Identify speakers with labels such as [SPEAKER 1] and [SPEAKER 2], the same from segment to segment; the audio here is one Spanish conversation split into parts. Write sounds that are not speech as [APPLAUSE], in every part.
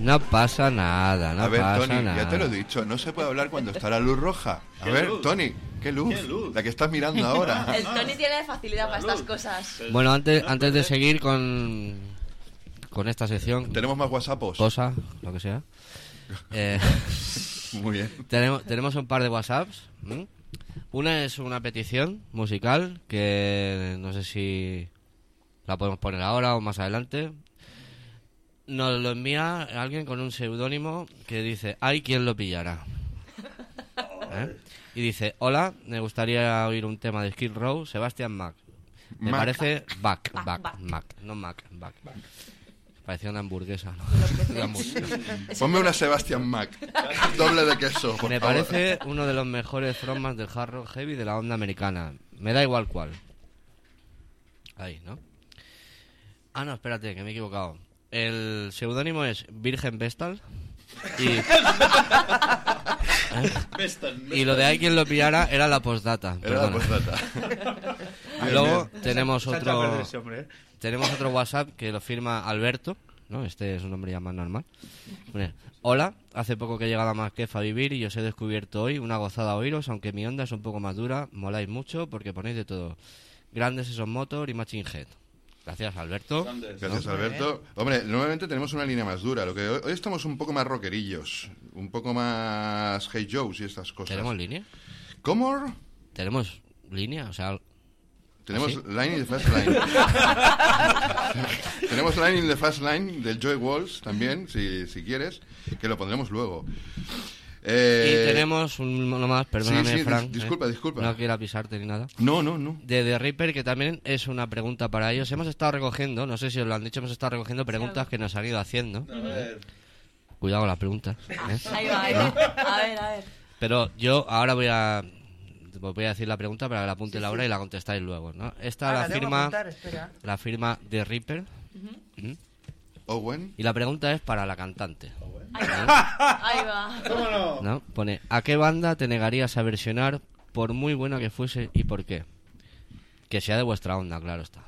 [SPEAKER 1] No pasa nada, no
[SPEAKER 2] a ver,
[SPEAKER 1] pasa
[SPEAKER 2] Tony,
[SPEAKER 1] nada.
[SPEAKER 2] ya te lo he dicho, no se puede hablar cuando está la
[SPEAKER 3] [LAUGHS]
[SPEAKER 2] luz roja. A
[SPEAKER 3] ¿Qué
[SPEAKER 2] ver,
[SPEAKER 3] luz?
[SPEAKER 2] Tony, ¿qué luz?
[SPEAKER 3] ¿Qué luz?
[SPEAKER 2] La que estás mirando
[SPEAKER 3] [LAUGHS]
[SPEAKER 2] ahora.
[SPEAKER 4] El Tony tiene facilidad para estas cosas.
[SPEAKER 1] Bueno, antes, antes de seguir con, con esta sección,
[SPEAKER 2] Tenemos más WhatsAppos.
[SPEAKER 1] cosa, lo que
[SPEAKER 2] [LAUGHS]
[SPEAKER 1] sea, eh,
[SPEAKER 2] Muy bien.
[SPEAKER 1] tenemos, tenemos un par de WhatsApps. ¿m? Una es una petición musical que no sé si la podemos poner ahora o más adelante. Nos lo envía alguien con un seudónimo que dice, hay quien lo pillara. ¿Eh? Y dice, hola, me gustaría oír un tema de Skid Row, Sebastian Mack. Me
[SPEAKER 2] Mac.
[SPEAKER 1] parece Back,
[SPEAKER 4] Back,
[SPEAKER 1] Back,
[SPEAKER 4] Back.
[SPEAKER 1] Mac, no Mac, Back. Parecía una hamburguesa, ¿no? La hamburguesa.
[SPEAKER 2] Ponme
[SPEAKER 3] [LAUGHS]
[SPEAKER 2] una Sebastian Mac. Doble de queso. por
[SPEAKER 1] Me
[SPEAKER 2] favor.
[SPEAKER 1] parece uno de los mejores frontmans del hard rock heavy de la onda americana. Me da igual cuál. Ahí, ¿no? Ah, no, espérate, que me he equivocado. El seudónimo es Virgen Vestal. Y, y lo de ahí quien lo pillara era la postdata.
[SPEAKER 2] Era la
[SPEAKER 1] perdona.
[SPEAKER 2] postdata.
[SPEAKER 1] [LAUGHS]
[SPEAKER 2] Bien,
[SPEAKER 1] Luego
[SPEAKER 2] bien.
[SPEAKER 1] tenemos
[SPEAKER 5] Se ha echado a perder
[SPEAKER 1] otro,
[SPEAKER 5] ese hombre, ¿eh?
[SPEAKER 1] tenemos otro WhatsApp que lo firma Alberto. ¿no? Este es un hombre ya más normal. Pone, Hola, hace poco que he llegado a Masquef a vivir y os he descubierto hoy una gozada oíros, aunque mi onda es un poco más dura. Moláis mucho porque ponéis de todo. Grandes esos motor y Machine Head. Gracias, Alberto.
[SPEAKER 2] Gracias, Alberto. Hombre, normalmente tenemos una línea más dura. Lo que hoy, hoy estamos un poco más rockerillos, un poco más Hey Joes y estas cosas.
[SPEAKER 1] ¿Tenemos línea?
[SPEAKER 2] ¿Cómo?
[SPEAKER 1] ¿Tenemos línea? O sea,
[SPEAKER 2] Tenemos
[SPEAKER 1] ¿Ah, ¿Sí?
[SPEAKER 2] Line in the Fast Line. [LAUGHS] Tenemos Line in the Fast Line del Joy Walls también, si, si quieres, que lo pondremos luego. Eh,
[SPEAKER 1] y tenemos un, uno más, perdóname,
[SPEAKER 2] sí, dis-
[SPEAKER 1] Frank. ¿eh?
[SPEAKER 2] disculpa, disculpa.
[SPEAKER 1] No quiero pisarte ni nada.
[SPEAKER 2] No, no, no.
[SPEAKER 1] de The Reaper, que también es una pregunta para ellos. Hemos estado recogiendo, no sé si os lo han dicho, hemos estado recogiendo preguntas que nos han ido haciendo. Cuidado con las preguntas. ¿eh?
[SPEAKER 4] [LAUGHS] Ahí va, ahí va. A ver, a ver.
[SPEAKER 1] Pero yo ahora voy a os voy a decir la pregunta para que la apunte Laura y la contestáis luego. ¿no? Esta
[SPEAKER 5] Ah,
[SPEAKER 1] la,
[SPEAKER 5] tengo que
[SPEAKER 1] firma
[SPEAKER 5] apuntar, espera.
[SPEAKER 1] la firma de Reaper
[SPEAKER 2] Owen.
[SPEAKER 1] y la pregunta es para la cantante.
[SPEAKER 4] Ahí va. Ahí va.
[SPEAKER 5] ¿Cómo no?
[SPEAKER 1] ¿no? Pone, ¿a qué banda te negarías a versionar por muy buena que fuese y por qué? Que sea de vuestra onda, claro está.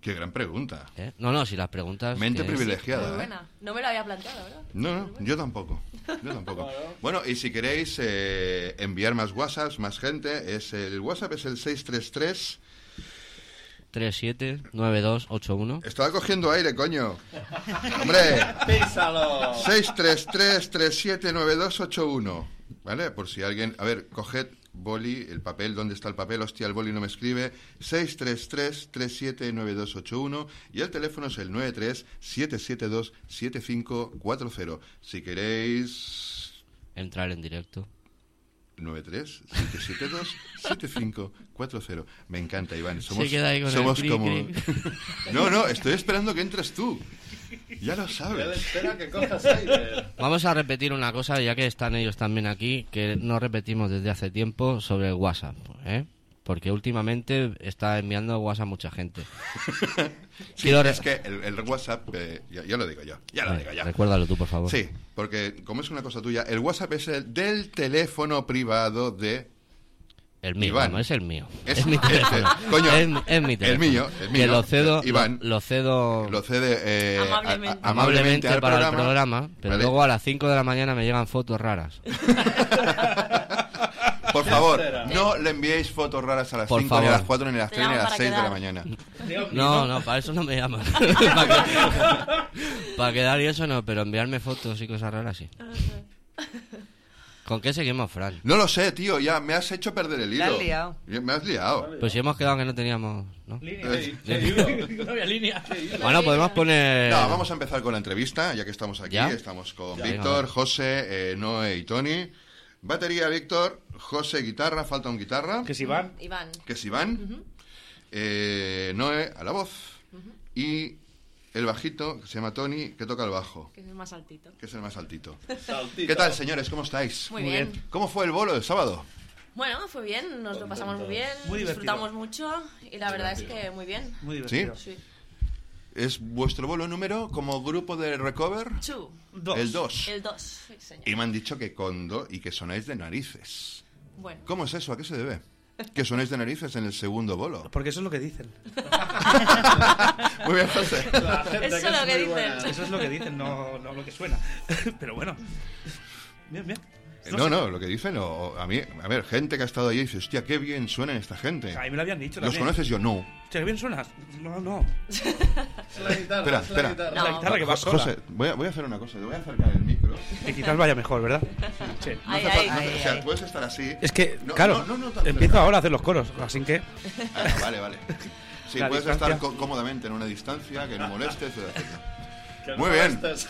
[SPEAKER 2] Qué gran pregunta.
[SPEAKER 1] ¿eh? No, no, si las preguntas...
[SPEAKER 2] Mente
[SPEAKER 1] que-
[SPEAKER 2] privilegiada.
[SPEAKER 4] Muy
[SPEAKER 2] ¿eh?
[SPEAKER 4] buena. No me lo había planteado, ¿verdad?
[SPEAKER 2] No, no, yo tampoco. Yo tampoco. Bueno, y si queréis eh, enviar más WhatsApps, más gente, es el WhatsApp es el 633.
[SPEAKER 1] 379281.
[SPEAKER 2] Estaba cogiendo aire,
[SPEAKER 4] [LAUGHS]
[SPEAKER 2] coño. Hombre,
[SPEAKER 5] ¡Písalo!
[SPEAKER 2] 633-379281. ¿Vale? Por si alguien. A ver, coged boli, el papel, ¿dónde está el papel? Hostia, el boli no me escribe. 633-379281. Y el teléfono es el 93-772-7540. Si queréis.
[SPEAKER 1] Entrar en directo.
[SPEAKER 2] 93-772-7540. Me encanta, Iván. Somos,
[SPEAKER 1] Se queda ahí con el
[SPEAKER 2] somos
[SPEAKER 1] cri,
[SPEAKER 2] como.
[SPEAKER 1] cri.
[SPEAKER 2] [LAUGHS] no, no, estoy esperando que entres tú. Ya lo sabes.
[SPEAKER 3] Espera que cojas aire.
[SPEAKER 1] Vamos a repetir una cosa, ya que están ellos también aquí, que no repetimos desde hace tiempo sobre el WhatsApp, ¿eh? Porque últimamente está enviando WhatsApp mucha gente.
[SPEAKER 2] Sí,
[SPEAKER 1] Quiero re-
[SPEAKER 2] es que el, el WhatsApp, eh, ya, ya lo digo yo, ya lo
[SPEAKER 1] Vale,
[SPEAKER 2] digo yo.
[SPEAKER 1] Recuérdalo tú, por favor.
[SPEAKER 2] Sí, porque como es una cosa tuya, el WhatsApp es el del teléfono privado de...
[SPEAKER 1] El mío,
[SPEAKER 2] Iván.
[SPEAKER 1] vamos, es el mío.
[SPEAKER 2] Es,
[SPEAKER 1] mi
[SPEAKER 2] este,
[SPEAKER 1] teléfono.
[SPEAKER 2] coño,
[SPEAKER 1] es, mi- es mi teléfono.
[SPEAKER 2] el mío, el
[SPEAKER 1] Que
[SPEAKER 2] mío,
[SPEAKER 1] lo cedo,
[SPEAKER 2] Iván.
[SPEAKER 1] lo, lo cedo
[SPEAKER 2] Lo cede eh, a- a-
[SPEAKER 4] Amablemente.
[SPEAKER 1] amablemente
[SPEAKER 2] al
[SPEAKER 1] para el programa, pero
[SPEAKER 2] ¿vale?
[SPEAKER 1] luego a las 5 de la mañana me llegan fotos raras.
[SPEAKER 2] Por favor,
[SPEAKER 5] será?
[SPEAKER 2] no le enviéis fotos raras a las
[SPEAKER 1] Por
[SPEAKER 2] 5, ni a
[SPEAKER 1] favor.
[SPEAKER 2] las 4, ni a las
[SPEAKER 4] Te
[SPEAKER 2] 3, ni a
[SPEAKER 4] llaman
[SPEAKER 2] las
[SPEAKER 4] para
[SPEAKER 2] 6 de la
[SPEAKER 4] quedar.
[SPEAKER 2] mañana.
[SPEAKER 1] No, no, para eso no me llaman. [LAUGHS] para, que- para quedar y eso no, pero enviarme fotos y cosas raras sí. ¿Con qué seguimos, Fran?
[SPEAKER 2] No lo sé, tío, ya me has hecho perder el hilo.
[SPEAKER 5] has liado.
[SPEAKER 2] Me has liado.
[SPEAKER 1] Pues si hemos quedado que no teníamos. ¿no?
[SPEAKER 2] Eh,
[SPEAKER 5] No había línea.
[SPEAKER 1] Bueno, podemos poner.
[SPEAKER 2] No, vamos a empezar con la entrevista, ya que estamos aquí.
[SPEAKER 1] Eh, ¿Ya?
[SPEAKER 2] Estamos con
[SPEAKER 1] Ya,
[SPEAKER 2] Víctor,
[SPEAKER 1] venga.
[SPEAKER 2] José, eh, Noé y Tony. Batería, Víctor, José, guitarra, falta un guitarra,
[SPEAKER 5] Que si van,
[SPEAKER 4] Iván.
[SPEAKER 2] que es Iván. Eh, Noé a la voz. Y el bajito, que se llama Tony, que toca el bajo,
[SPEAKER 4] Que es el más altito.
[SPEAKER 2] que es el más
[SPEAKER 4] [LAUGHS]
[SPEAKER 2] altito.
[SPEAKER 3] Saltito.
[SPEAKER 2] ¿Qué tal, señores? ¿Cómo estáis?
[SPEAKER 4] Muy Muy bien. bien.
[SPEAKER 2] ¿Cómo fue el bolo del sábado?
[SPEAKER 4] Bueno, fue bien, nos lo pasamos muy bien,
[SPEAKER 5] Muy divertido.
[SPEAKER 4] disfrutamos mucho y la verdad es que muy bien.
[SPEAKER 5] muy divertido.
[SPEAKER 4] Sí.
[SPEAKER 2] ¿Es vuestro bolo número como grupo de Recover?
[SPEAKER 4] Chu,
[SPEAKER 5] Dos.
[SPEAKER 2] El 2.
[SPEAKER 4] el 2, sí, señor.
[SPEAKER 2] Y me han dicho que condo y que sonáis de narices.
[SPEAKER 4] Bueno,
[SPEAKER 2] ¿Cómo es eso? ¿A qué se debe? que sonéis de narices en el segundo
[SPEAKER 6] [LAUGHS]
[SPEAKER 2] bolo.
[SPEAKER 6] Porque eso es lo que dicen.
[SPEAKER 2] Muy bien, José.
[SPEAKER 4] Eso lo que dicen.
[SPEAKER 6] Eso es lo que dicen, no, no lo que suena. [LAUGHS] Pero bueno. Bien, bien.
[SPEAKER 2] Eh, No, no, lo que dicen, o- o a mí, a ver, gente que ha estado allí dice, hostia, qué bien suenan esta gente.
[SPEAKER 6] A mí me lo habían dicho
[SPEAKER 2] ¿Los
[SPEAKER 6] también.
[SPEAKER 2] conoces? Yo no.
[SPEAKER 6] Hostia, ¿qué bien suenas? No, no.
[SPEAKER 3] Es la guitarra.
[SPEAKER 2] Espera,
[SPEAKER 3] es la
[SPEAKER 2] espera.
[SPEAKER 3] guitarra.
[SPEAKER 6] Es la
[SPEAKER 4] No.
[SPEAKER 6] guitarra que va sola.
[SPEAKER 2] José, voy a, voy a hacer una cosa, te voy a acercar el micro. No
[SPEAKER 6] Que quizás vaya mejor, ¿verdad? Sí.
[SPEAKER 4] Ay,
[SPEAKER 2] hace
[SPEAKER 4] ay,
[SPEAKER 2] falta-
[SPEAKER 4] ay,
[SPEAKER 2] o sea,
[SPEAKER 4] ay.
[SPEAKER 2] puedes estar así.
[SPEAKER 6] Es que,
[SPEAKER 2] No,
[SPEAKER 6] claro,
[SPEAKER 2] no, no, no tan
[SPEAKER 6] empiezo
[SPEAKER 2] cerca.
[SPEAKER 6] ahora a hacer los coros, así que...
[SPEAKER 2] Ah, [LAUGHS] vale,
[SPEAKER 6] [LAUGHS]
[SPEAKER 2] vale. Sí,
[SPEAKER 6] La
[SPEAKER 2] puedes
[SPEAKER 6] distancia.
[SPEAKER 2] estar co- cómodamente en una distancia, que no molestes, etcétera.
[SPEAKER 3] Que
[SPEAKER 2] Muy
[SPEAKER 3] no
[SPEAKER 2] bien.
[SPEAKER 3] estás-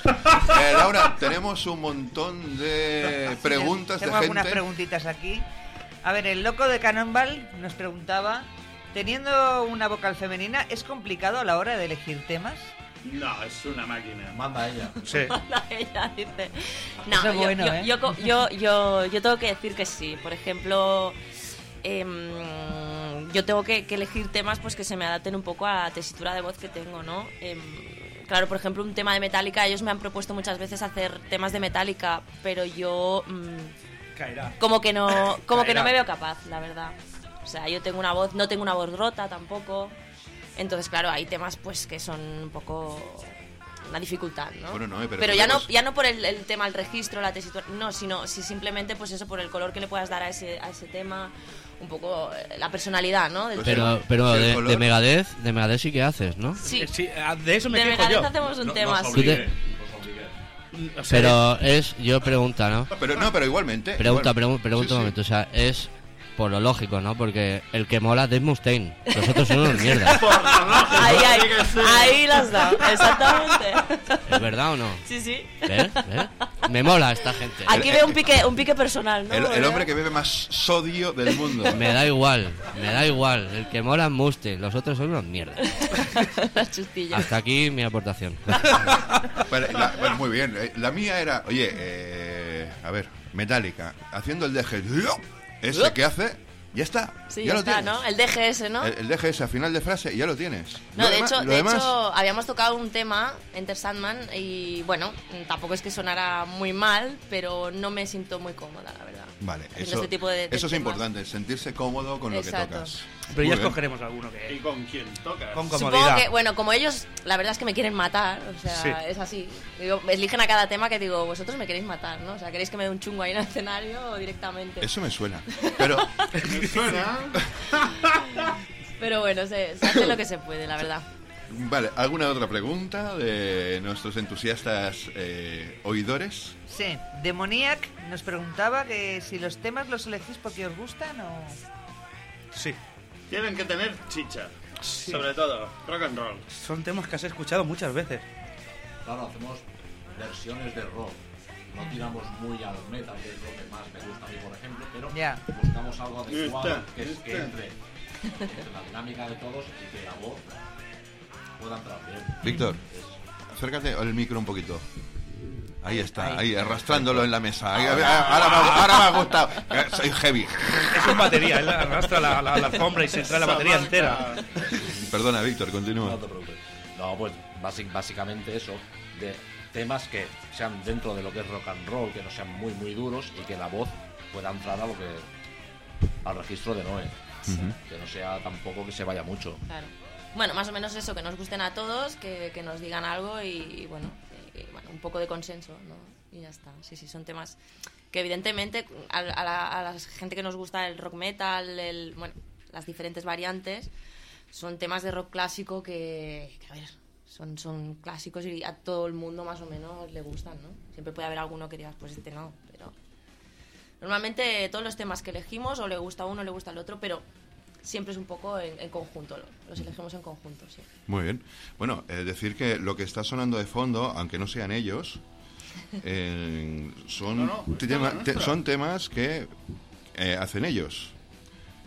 [SPEAKER 2] Eh, Laura, tenemos un montón de preguntas de
[SPEAKER 7] Tengo algunas
[SPEAKER 2] gente.
[SPEAKER 7] preguntitas aquí. A ver, el loco de Cannonball nos preguntaba, teniendo una vocal femenina, ¿es complicado a la hora de elegir temas?
[SPEAKER 5] No, es una máquina.
[SPEAKER 8] Manda ella.
[SPEAKER 6] Sí.
[SPEAKER 4] [LAUGHS] Ella dice.
[SPEAKER 7] Eso
[SPEAKER 4] No,
[SPEAKER 7] es
[SPEAKER 4] yo,
[SPEAKER 7] bueno,
[SPEAKER 4] yo,
[SPEAKER 7] ¿eh?
[SPEAKER 4] yo, co- yo, yo- yo tengo que decir que sí. Por ejemplo, em, yo tengo que, que elegir temas pues que se me adapten un poco a la tesitura de voz que tengo, ¿no? Em, claro, por ejemplo, un tema de Metallica, ellos me han propuesto muchas veces hacer temas de Metallica, pero yo mm,
[SPEAKER 6] [LAUGHS] Caerá.
[SPEAKER 4] como que no como que
[SPEAKER 6] Caerá.
[SPEAKER 4] no me veo capaz, la verdad. O sea, yo tengo una voz, no tengo una voz rota tampoco. Entonces, claro, hay temas pues que son un poco una dificultad, ¿no?
[SPEAKER 2] Bueno, no, eh, pero
[SPEAKER 4] pero ya no
[SPEAKER 2] podemos-
[SPEAKER 4] ya no por el, el tema, el registro, la tesitura, no, sino si simplemente pues eso por el color que le puedas dar a ese a ese tema, un poco eh, la personalidad, ¿no? Del
[SPEAKER 2] Pues
[SPEAKER 4] tema.
[SPEAKER 2] Sí,
[SPEAKER 1] Pero, pero
[SPEAKER 2] sí, el
[SPEAKER 1] de,
[SPEAKER 2] color.
[SPEAKER 1] de Megadez, de Megadez sí que haces, ¿no?
[SPEAKER 4] Sí.
[SPEAKER 6] Eh, sí, ah, de eso me
[SPEAKER 4] De
[SPEAKER 6] quejo
[SPEAKER 4] Megadeth
[SPEAKER 6] yo.
[SPEAKER 4] hacemos un
[SPEAKER 8] No-
[SPEAKER 4] tema.
[SPEAKER 8] No os
[SPEAKER 4] sí.
[SPEAKER 8] obligué,
[SPEAKER 5] pues
[SPEAKER 8] os obligué.
[SPEAKER 6] O sea,
[SPEAKER 1] Pero es, yo pregunta, ¿no?
[SPEAKER 2] Pero no, pero igualmente.
[SPEAKER 1] Pregunta,
[SPEAKER 2] igual-
[SPEAKER 1] pregunta, pregunta
[SPEAKER 2] Sí,
[SPEAKER 1] un
[SPEAKER 2] sí.
[SPEAKER 1] momento, o sea, es por lo lógico, ¿no? Porque el que mola es Dave Mustaine, los otros son unos mierdas,
[SPEAKER 4] Ahí, ahí, ahí las da, exactamente.
[SPEAKER 1] ¿es verdad o no?
[SPEAKER 4] Sí, sí.
[SPEAKER 1] ¿Ves? ¿Ves? Me mola esta gente,
[SPEAKER 4] Aquí
[SPEAKER 2] El-
[SPEAKER 4] veo un pique, un pique personal, ¿no?
[SPEAKER 2] El, el
[SPEAKER 4] ¿Verdad?
[SPEAKER 2] hombre que bebe más sodio del
[SPEAKER 4] [LAUGHS]
[SPEAKER 2] mundo.
[SPEAKER 1] me da igual, me da igual, el que mola es Mustaine, los otros son unos mierdas.
[SPEAKER 4] Las chustillas.
[SPEAKER 1] Hasta aquí mi
[SPEAKER 6] [LAUGHS]
[SPEAKER 1] aportación.
[SPEAKER 2] Vale, la- bueno, muy bien. Eh, La mía era, oye, eh, a ver, metálica, haciendo el DG. Ese que hace, ya está.
[SPEAKER 4] Sí,
[SPEAKER 2] ya,
[SPEAKER 4] ya
[SPEAKER 2] lo
[SPEAKER 4] está,
[SPEAKER 2] tienes.
[SPEAKER 4] ¿no? El DGS, ¿no?
[SPEAKER 2] El, el DGS a final de frase, ya lo tienes.
[SPEAKER 4] No,
[SPEAKER 2] Lo
[SPEAKER 4] de,
[SPEAKER 2] dema-
[SPEAKER 4] hecho,
[SPEAKER 2] lo
[SPEAKER 4] de
[SPEAKER 2] demás,
[SPEAKER 4] hecho, habíamos tocado un tema, Enter Sandman, y bueno, tampoco es que sonara muy mal, pero no me siento muy cómoda, la verdad.
[SPEAKER 2] Vale,
[SPEAKER 4] Haciendo
[SPEAKER 2] eso,
[SPEAKER 4] este tipo de- de
[SPEAKER 2] eso es
[SPEAKER 4] temas.
[SPEAKER 2] importante, sentirse cómodo con lo que
[SPEAKER 4] Exacto.
[SPEAKER 2] tocas.
[SPEAKER 6] Pero
[SPEAKER 2] Muy
[SPEAKER 6] ya
[SPEAKER 2] bien.
[SPEAKER 6] escogeremos alguno
[SPEAKER 5] ¿Y
[SPEAKER 6] que...
[SPEAKER 5] con quién tocas?
[SPEAKER 6] Con
[SPEAKER 4] Supongo
[SPEAKER 6] comodidad.
[SPEAKER 4] que, bueno, como ellos, la verdad es que me quieren matar, o sea,
[SPEAKER 6] Sí.
[SPEAKER 4] es así. Digo, eligen a cada tema que digo, vosotros me queréis matar, ¿no? O sea, queréis que me dé un chungo ahí en el escenario directamente.
[SPEAKER 2] Eso me suena. Pero [LAUGHS]
[SPEAKER 4] Pero bueno, se, se hace lo que se puede, la verdad.
[SPEAKER 2] Vale, ¿alguna otra pregunta de nuestros entusiastas eh, oidores?
[SPEAKER 7] Sí. Demoniac nos preguntaba que si los temas los elegís porque os gustan o...
[SPEAKER 6] Sí.
[SPEAKER 5] Tienen que tener chicha. Sobre todo, rock and roll.
[SPEAKER 6] Son temas que has escuchado muchas veces.
[SPEAKER 8] Claro, hacemos versiones de rock. No tiramos muy al metal, que es lo que más me gusta a mí, por ejemplo, pero
[SPEAKER 7] Ya.
[SPEAKER 8] buscamos algo adecuado
[SPEAKER 5] Está,
[SPEAKER 8] que, es- que
[SPEAKER 5] está.
[SPEAKER 8] entre, entre la dinámica de todos y que la voz pueda entrar bien.
[SPEAKER 2] Víctor, acércate al micro un poquito. Ahí está, ahí, arrastrándolo en la mesa. Ahí, ahí, ahora, me, ha- ahora me ha gustado. Eh, Soy heavy.
[SPEAKER 6] Es un batería, él arrastra la, la, la alfombra y se trae la batería entera.
[SPEAKER 2] Perdona, Víctor,
[SPEAKER 8] No
[SPEAKER 2] continúa.
[SPEAKER 8] te preocupes. No, pues basic- básicamente eso, de temas que sean dentro de lo que es rock and roll, que no sean muy muy duros y que la voz pueda entrar a lo que al registro de Noé. Que no sea tampoco que se vaya mucho.
[SPEAKER 4] Claro. Bueno, más o menos eso, que nos gusten a todos, que, que nos digan algo y, y bueno, y- y bueno, un poco de consenso, ¿no? Y ya está. Sí, sí, son temas que evidentemente a, a la, a la gente que nos gusta el rock metal, el, bueno, las diferentes variantes, son temas de rock clásico que, que, a ver, son, son clásicos y a todo el mundo más o menos le gustan, ¿no? Siempre puede haber alguno que digas, pues este no, pero... Normalmente todos los temas que elegimos o le gusta a uno o le gusta al otro, pero siempre es un poco en, en conjunto, lo- los elegimos en conjunto, sí.
[SPEAKER 2] Muy bien. Bueno, eh, decir que lo que está sonando de fondo, aunque no sean ellos, eh, son,
[SPEAKER 5] No, no,
[SPEAKER 2] tema-
[SPEAKER 5] es la
[SPEAKER 2] te-
[SPEAKER 5] nuestra.
[SPEAKER 2] son temas que eh, hacen ellos.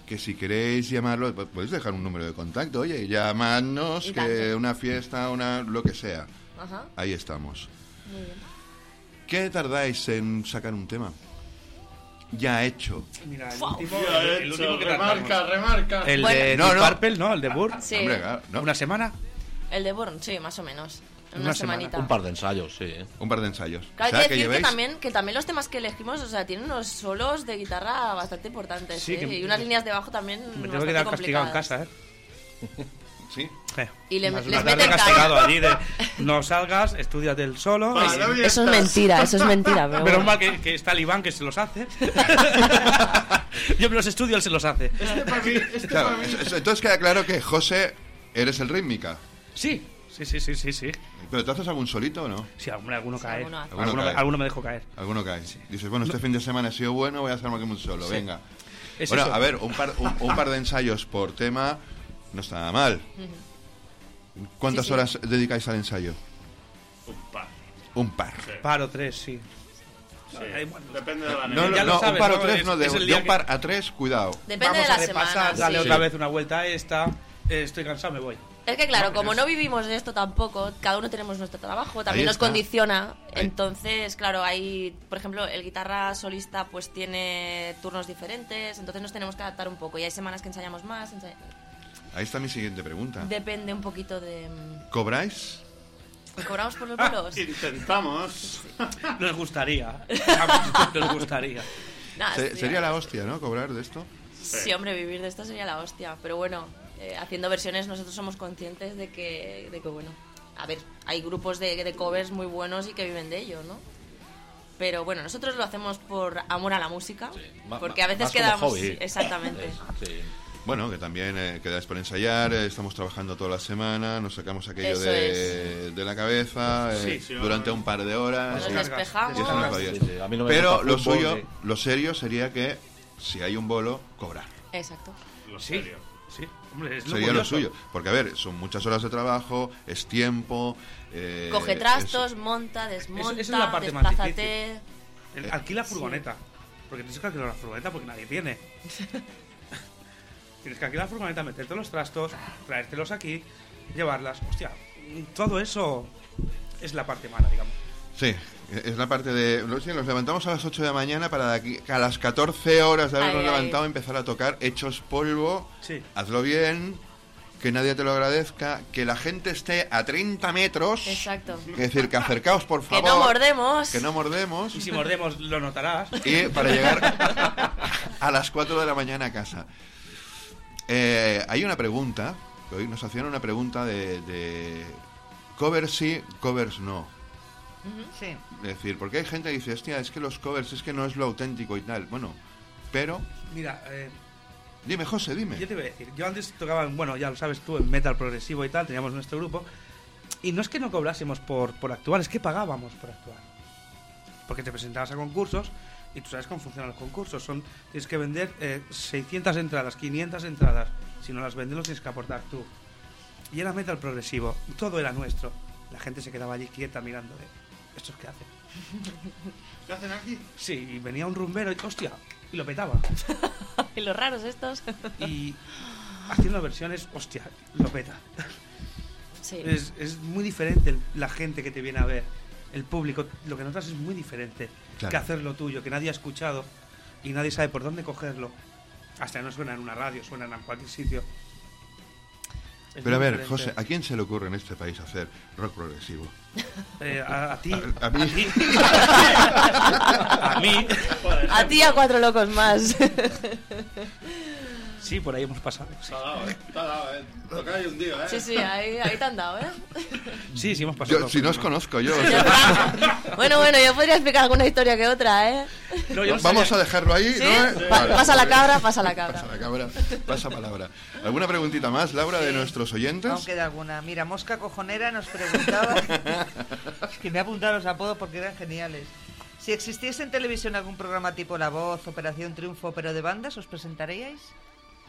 [SPEAKER 2] Que si queréis llamarlo, po- podéis dejar un número de contacto. Oye, llamadnos,
[SPEAKER 4] Y
[SPEAKER 2] que
[SPEAKER 4] tanto.
[SPEAKER 2] una fiesta, una lo que sea.
[SPEAKER 4] Ajá.
[SPEAKER 2] Ahí estamos.
[SPEAKER 4] Muy bien.
[SPEAKER 2] ¿Qué tardáis en sacar un tema? Ya hecho.
[SPEAKER 6] Mira, el
[SPEAKER 4] Fua.
[SPEAKER 6] último,
[SPEAKER 5] Ya he
[SPEAKER 6] el, el
[SPEAKER 5] hecho,
[SPEAKER 6] último que
[SPEAKER 5] remarca,
[SPEAKER 6] tratamos.
[SPEAKER 5] remarca.
[SPEAKER 6] El
[SPEAKER 4] Bueno.
[SPEAKER 6] de
[SPEAKER 2] No,
[SPEAKER 6] Deep
[SPEAKER 2] no.
[SPEAKER 6] Purple, ¿no? El de Burr.
[SPEAKER 4] Sí, Mm,
[SPEAKER 2] Hombre, claro, ¿no?
[SPEAKER 6] ¿Una semana?
[SPEAKER 4] el de Born, sí, más o menos. En una semanita.
[SPEAKER 8] Un par de ensayos, sí. ¿eh?
[SPEAKER 2] Un par de ensayos. O
[SPEAKER 4] Claro,
[SPEAKER 2] sea,
[SPEAKER 4] hay que
[SPEAKER 2] que
[SPEAKER 4] decir que,
[SPEAKER 2] llevéis-
[SPEAKER 4] también, que también los temas que elegimos, o sea, tienen unos solos de guitarra bastante importantes,
[SPEAKER 6] Sí,
[SPEAKER 4] ¿eh?
[SPEAKER 6] que me-
[SPEAKER 4] Y unas líneas de bajo también
[SPEAKER 6] Me tengo
[SPEAKER 4] bastante
[SPEAKER 6] que quedar castigado en
[SPEAKER 4] complicadas.
[SPEAKER 6] casa, ¿eh?
[SPEAKER 2] Sí.
[SPEAKER 6] Eh,
[SPEAKER 4] [LAUGHS] Y le-
[SPEAKER 6] más
[SPEAKER 4] les
[SPEAKER 6] una tarde
[SPEAKER 4] meten
[SPEAKER 6] castigado
[SPEAKER 4] caña. [LAUGHS]
[SPEAKER 6] allí de no salgas, estudia del solo.
[SPEAKER 5] Para
[SPEAKER 6] Sí.
[SPEAKER 5] la vida.
[SPEAKER 4] Eso es mentira, eso es mentira, pero
[SPEAKER 6] Menos
[SPEAKER 4] bueno.
[SPEAKER 6] mal que, que está el Iván que se los hace. [LAUGHS] Yo me los estudio, él se los hace.
[SPEAKER 5] Este para mí, este
[SPEAKER 2] Claro,
[SPEAKER 5] para mí.
[SPEAKER 2] eso- eso- entonces queda claro que José, eres el rítmica.
[SPEAKER 6] Sí, sí, sí, sí, sí. Sí,
[SPEAKER 2] ¿Pero te haces algún solito o no?
[SPEAKER 6] sí hombre, alguno
[SPEAKER 4] Sí,
[SPEAKER 6] cae.
[SPEAKER 4] alguno hace.
[SPEAKER 6] Alguno,
[SPEAKER 2] Alguno
[SPEAKER 6] me-
[SPEAKER 2] cae.
[SPEAKER 6] alguno me dejo caer.
[SPEAKER 2] Alguno cae. Dices, bueno, este fin de semana ha sido bueno, voy a hacerme como un solo, venga.
[SPEAKER 6] Es
[SPEAKER 2] bueno,
[SPEAKER 6] eso.
[SPEAKER 2] a ver, un par, un, un par de ensayos por tema no está nada mal. ¿Cuántas
[SPEAKER 4] Sí, sí.
[SPEAKER 2] horas dedicáis al ensayo?
[SPEAKER 5] Un par.
[SPEAKER 2] Un par.
[SPEAKER 6] Paro tres, sí.
[SPEAKER 5] Sí.
[SPEAKER 6] Eh, bueno,
[SPEAKER 5] Depende de
[SPEAKER 2] No,
[SPEAKER 5] la nena.
[SPEAKER 2] no,
[SPEAKER 6] Ya lo
[SPEAKER 2] no, un
[SPEAKER 6] sabes,
[SPEAKER 2] par o
[SPEAKER 6] ¿no?
[SPEAKER 2] tres,
[SPEAKER 6] Es-
[SPEAKER 2] no, de,
[SPEAKER 6] es el
[SPEAKER 2] de
[SPEAKER 6] día
[SPEAKER 2] un
[SPEAKER 6] que-
[SPEAKER 2] par a tres, cuidado.
[SPEAKER 4] Depende
[SPEAKER 6] vamos
[SPEAKER 4] de
[SPEAKER 6] a
[SPEAKER 4] la
[SPEAKER 6] repasar,
[SPEAKER 4] semana.
[SPEAKER 6] dale
[SPEAKER 4] sí.
[SPEAKER 6] otra vez una vuelta a esta. eh, estoy
[SPEAKER 4] [LAUGHS]
[SPEAKER 6] cansado, me voy.
[SPEAKER 4] Es que claro, como no vivimos de esto tampoco, cada uno tenemos nuestro trabajo, también
[SPEAKER 2] Ahí
[SPEAKER 4] nos
[SPEAKER 2] está.
[SPEAKER 4] condiciona.
[SPEAKER 2] Ahí.
[SPEAKER 4] Entonces, claro, hay, por ejemplo, el guitarra solista pues tiene turnos diferentes, entonces nos tenemos que adaptar un poco. Y hay semanas que ensayamos más, ensay-
[SPEAKER 2] Ahí está mi siguiente pregunta.
[SPEAKER 4] depende un poquito de... mm,
[SPEAKER 2] ¿Cobráis?
[SPEAKER 4] ¿Cobramos por
[SPEAKER 2] [LAUGHS]
[SPEAKER 4] los bolos?
[SPEAKER 5] Intentamos.
[SPEAKER 6] Nos gustaría. Vamos, [LAUGHS] Nos gustaría.
[SPEAKER 4] Nah,
[SPEAKER 2] Se-
[SPEAKER 4] Ah, sí,
[SPEAKER 2] sería la hostia, ¿no? Cobrar de esto.
[SPEAKER 4] Sí, hombre, vivir de esto sería la hostia. Pero bueno, eh, haciendo versiones nosotros somos conscientes de que, de que, bueno, a ver, hay grupos de, de covers muy buenos y que viven de ello, ¿no? Pero bueno, nosotros lo hacemos por amor a la música,
[SPEAKER 8] Sí, ma-
[SPEAKER 4] porque
[SPEAKER 8] ma-
[SPEAKER 4] a veces
[SPEAKER 8] más como
[SPEAKER 4] quedamos...
[SPEAKER 8] hobby.
[SPEAKER 4] sí, Exactamente.
[SPEAKER 8] Es- sí.
[SPEAKER 2] Bueno, que también eh, quedáis por ensayar, eh, estamos trabajando toda la semana, nos sacamos aquello
[SPEAKER 4] Eso
[SPEAKER 2] de, de la cabeza eh,
[SPEAKER 5] Sí, sí,
[SPEAKER 2] durante
[SPEAKER 5] vamos.
[SPEAKER 2] un par de horas.
[SPEAKER 4] Nos
[SPEAKER 2] y-
[SPEAKER 4] despejamos.
[SPEAKER 2] y eso no es
[SPEAKER 8] Sí,
[SPEAKER 2] valioso.
[SPEAKER 8] sí, a mí no me
[SPEAKER 2] Pero
[SPEAKER 8] gusta el
[SPEAKER 2] lo
[SPEAKER 8] fútbol, eh.
[SPEAKER 2] suyo,
[SPEAKER 8] sí.
[SPEAKER 2] lo serio sería que si hay un bolo, cobrar.
[SPEAKER 4] Exacto.
[SPEAKER 5] Lo
[SPEAKER 6] Sí,
[SPEAKER 5] serio.
[SPEAKER 6] sí. Hombre, es lo
[SPEAKER 2] Sería lo
[SPEAKER 6] curioso.
[SPEAKER 2] suyo. Porque, a ver, son muchas horas de trabajo, es tiempo. eh,
[SPEAKER 4] Coge
[SPEAKER 2] es-
[SPEAKER 4] trastos, monta, desmonta,
[SPEAKER 6] esa es la parte más
[SPEAKER 4] desplázate...
[SPEAKER 6] El- Alquila furgoneta. Porque tienes que alquilar la furgoneta porque nadie tiene. tienes que alquilar la furgoneta, meterte los trastos, traértelos aquí, llevarlas. Hostia, todo eso es la parte mala, digamos.
[SPEAKER 2] Sí, e-, es la parte de. lo- sí, Nos levantamos a las 8 de la mañana para de aquí a las 14 horas de habernos
[SPEAKER 4] Ay, ay.
[SPEAKER 2] levantado empezar a tocar hechos polvo.
[SPEAKER 6] Sí.
[SPEAKER 2] Hazlo bien, que nadie te lo agradezca, que la gente esté a 30 metros.
[SPEAKER 4] Exacto.
[SPEAKER 2] Es decir, que acercaos, por
[SPEAKER 4] Que
[SPEAKER 2] favor.
[SPEAKER 4] no mordemos. [LAUGHS]
[SPEAKER 2] Que no mordemos.
[SPEAKER 6] Y si mordemos, lo notarás.
[SPEAKER 2] y para llegar a las 4 de la mañana a casa. Eh, hay una pregunta, que hoy nos hacían una pregunta de, de covers sí, covers no.
[SPEAKER 7] Sí.
[SPEAKER 2] Es decir, porque hay gente que dice, hostia, es que los covers es que no es lo auténtico y tal. Bueno, pero...
[SPEAKER 6] Mira, eh,
[SPEAKER 2] Dime, José, dime.
[SPEAKER 6] yo te voy a decir, yo antes tocaba, en- bueno, ya lo sabes tú, en metal progresivo y tal, teníamos nuestro grupo. Y no es que no cobrásemos por, por actuar, es que pagábamos por actuar. Porque te presentabas a concursos y tú sabes cómo funcionan los concursos. Son, tienes que vender eh, 600 entradas, 500 entradas. Si no las vendes, los tienes que aportar tú. Y era metal progresivo, todo era nuestro. La gente se quedaba allí quieta mirando de, ¿estos qué hacen?
[SPEAKER 5] ¿Qué hacen aquí?
[SPEAKER 6] Sí, y venía un rumbero y, hostia, y lo petaba.
[SPEAKER 4] Y los raros estos.
[SPEAKER 6] Y haciendo versiones, hostia, lo peta.
[SPEAKER 4] sí.
[SPEAKER 6] Es, es muy diferente el- la gente que te viene a ver. El público, lo que notas es muy diferente
[SPEAKER 2] Claro.
[SPEAKER 6] que hacer lo tuyo, que nadie ha escuchado y nadie sabe por dónde cogerlo. Hasta que no suena en una radio, suena en cualquier sitio. Es
[SPEAKER 2] Pero a
[SPEAKER 6] muy
[SPEAKER 2] ver,
[SPEAKER 6] diferente.
[SPEAKER 2] José, ¿a quién se le ocurre en este país hacer rock progresivo?
[SPEAKER 6] Eh, a, a ti,
[SPEAKER 2] A, a mí, [LAUGHS]
[SPEAKER 6] a mí.
[SPEAKER 5] Joder,
[SPEAKER 4] A ti y a cuatro locos más. [LAUGHS]
[SPEAKER 6] Sí, por ahí hemos pasado.
[SPEAKER 5] Te ha dado, eh. Te ha dado, eh. Toca ahí un día, eh.
[SPEAKER 4] sí, sí, ahí, ahí te han dado, ¿eh?
[SPEAKER 6] Sí, sí, hemos pasado.
[SPEAKER 2] yo- si no os conozco yo. o sea,
[SPEAKER 4] Bueno, bueno, yo podría explicar alguna historia que otra, ¿eh?
[SPEAKER 6] No, yo no
[SPEAKER 2] Vamos a
[SPEAKER 6] sabía-
[SPEAKER 2] dejarlo ahí,
[SPEAKER 4] ¿Sí?
[SPEAKER 2] ¿no? eh?
[SPEAKER 4] Pa-
[SPEAKER 2] Vale.
[SPEAKER 4] pasa la cabra, pasa la cabra.
[SPEAKER 2] Pasa la cabra, pasa palabra. ¿Alguna preguntita más, Laura, de nuestros oyentes?
[SPEAKER 7] Aunque de alguna. Mira, Mosca Cojonera nos
[SPEAKER 2] [LAUGHS]
[SPEAKER 7] preguntaba. es que me ha apuntado los apodos porque eran geniales. Si existiese en televisión algún programa tipo La Voz, Operación Triunfo, pero de bandas, ¿os presentaríais?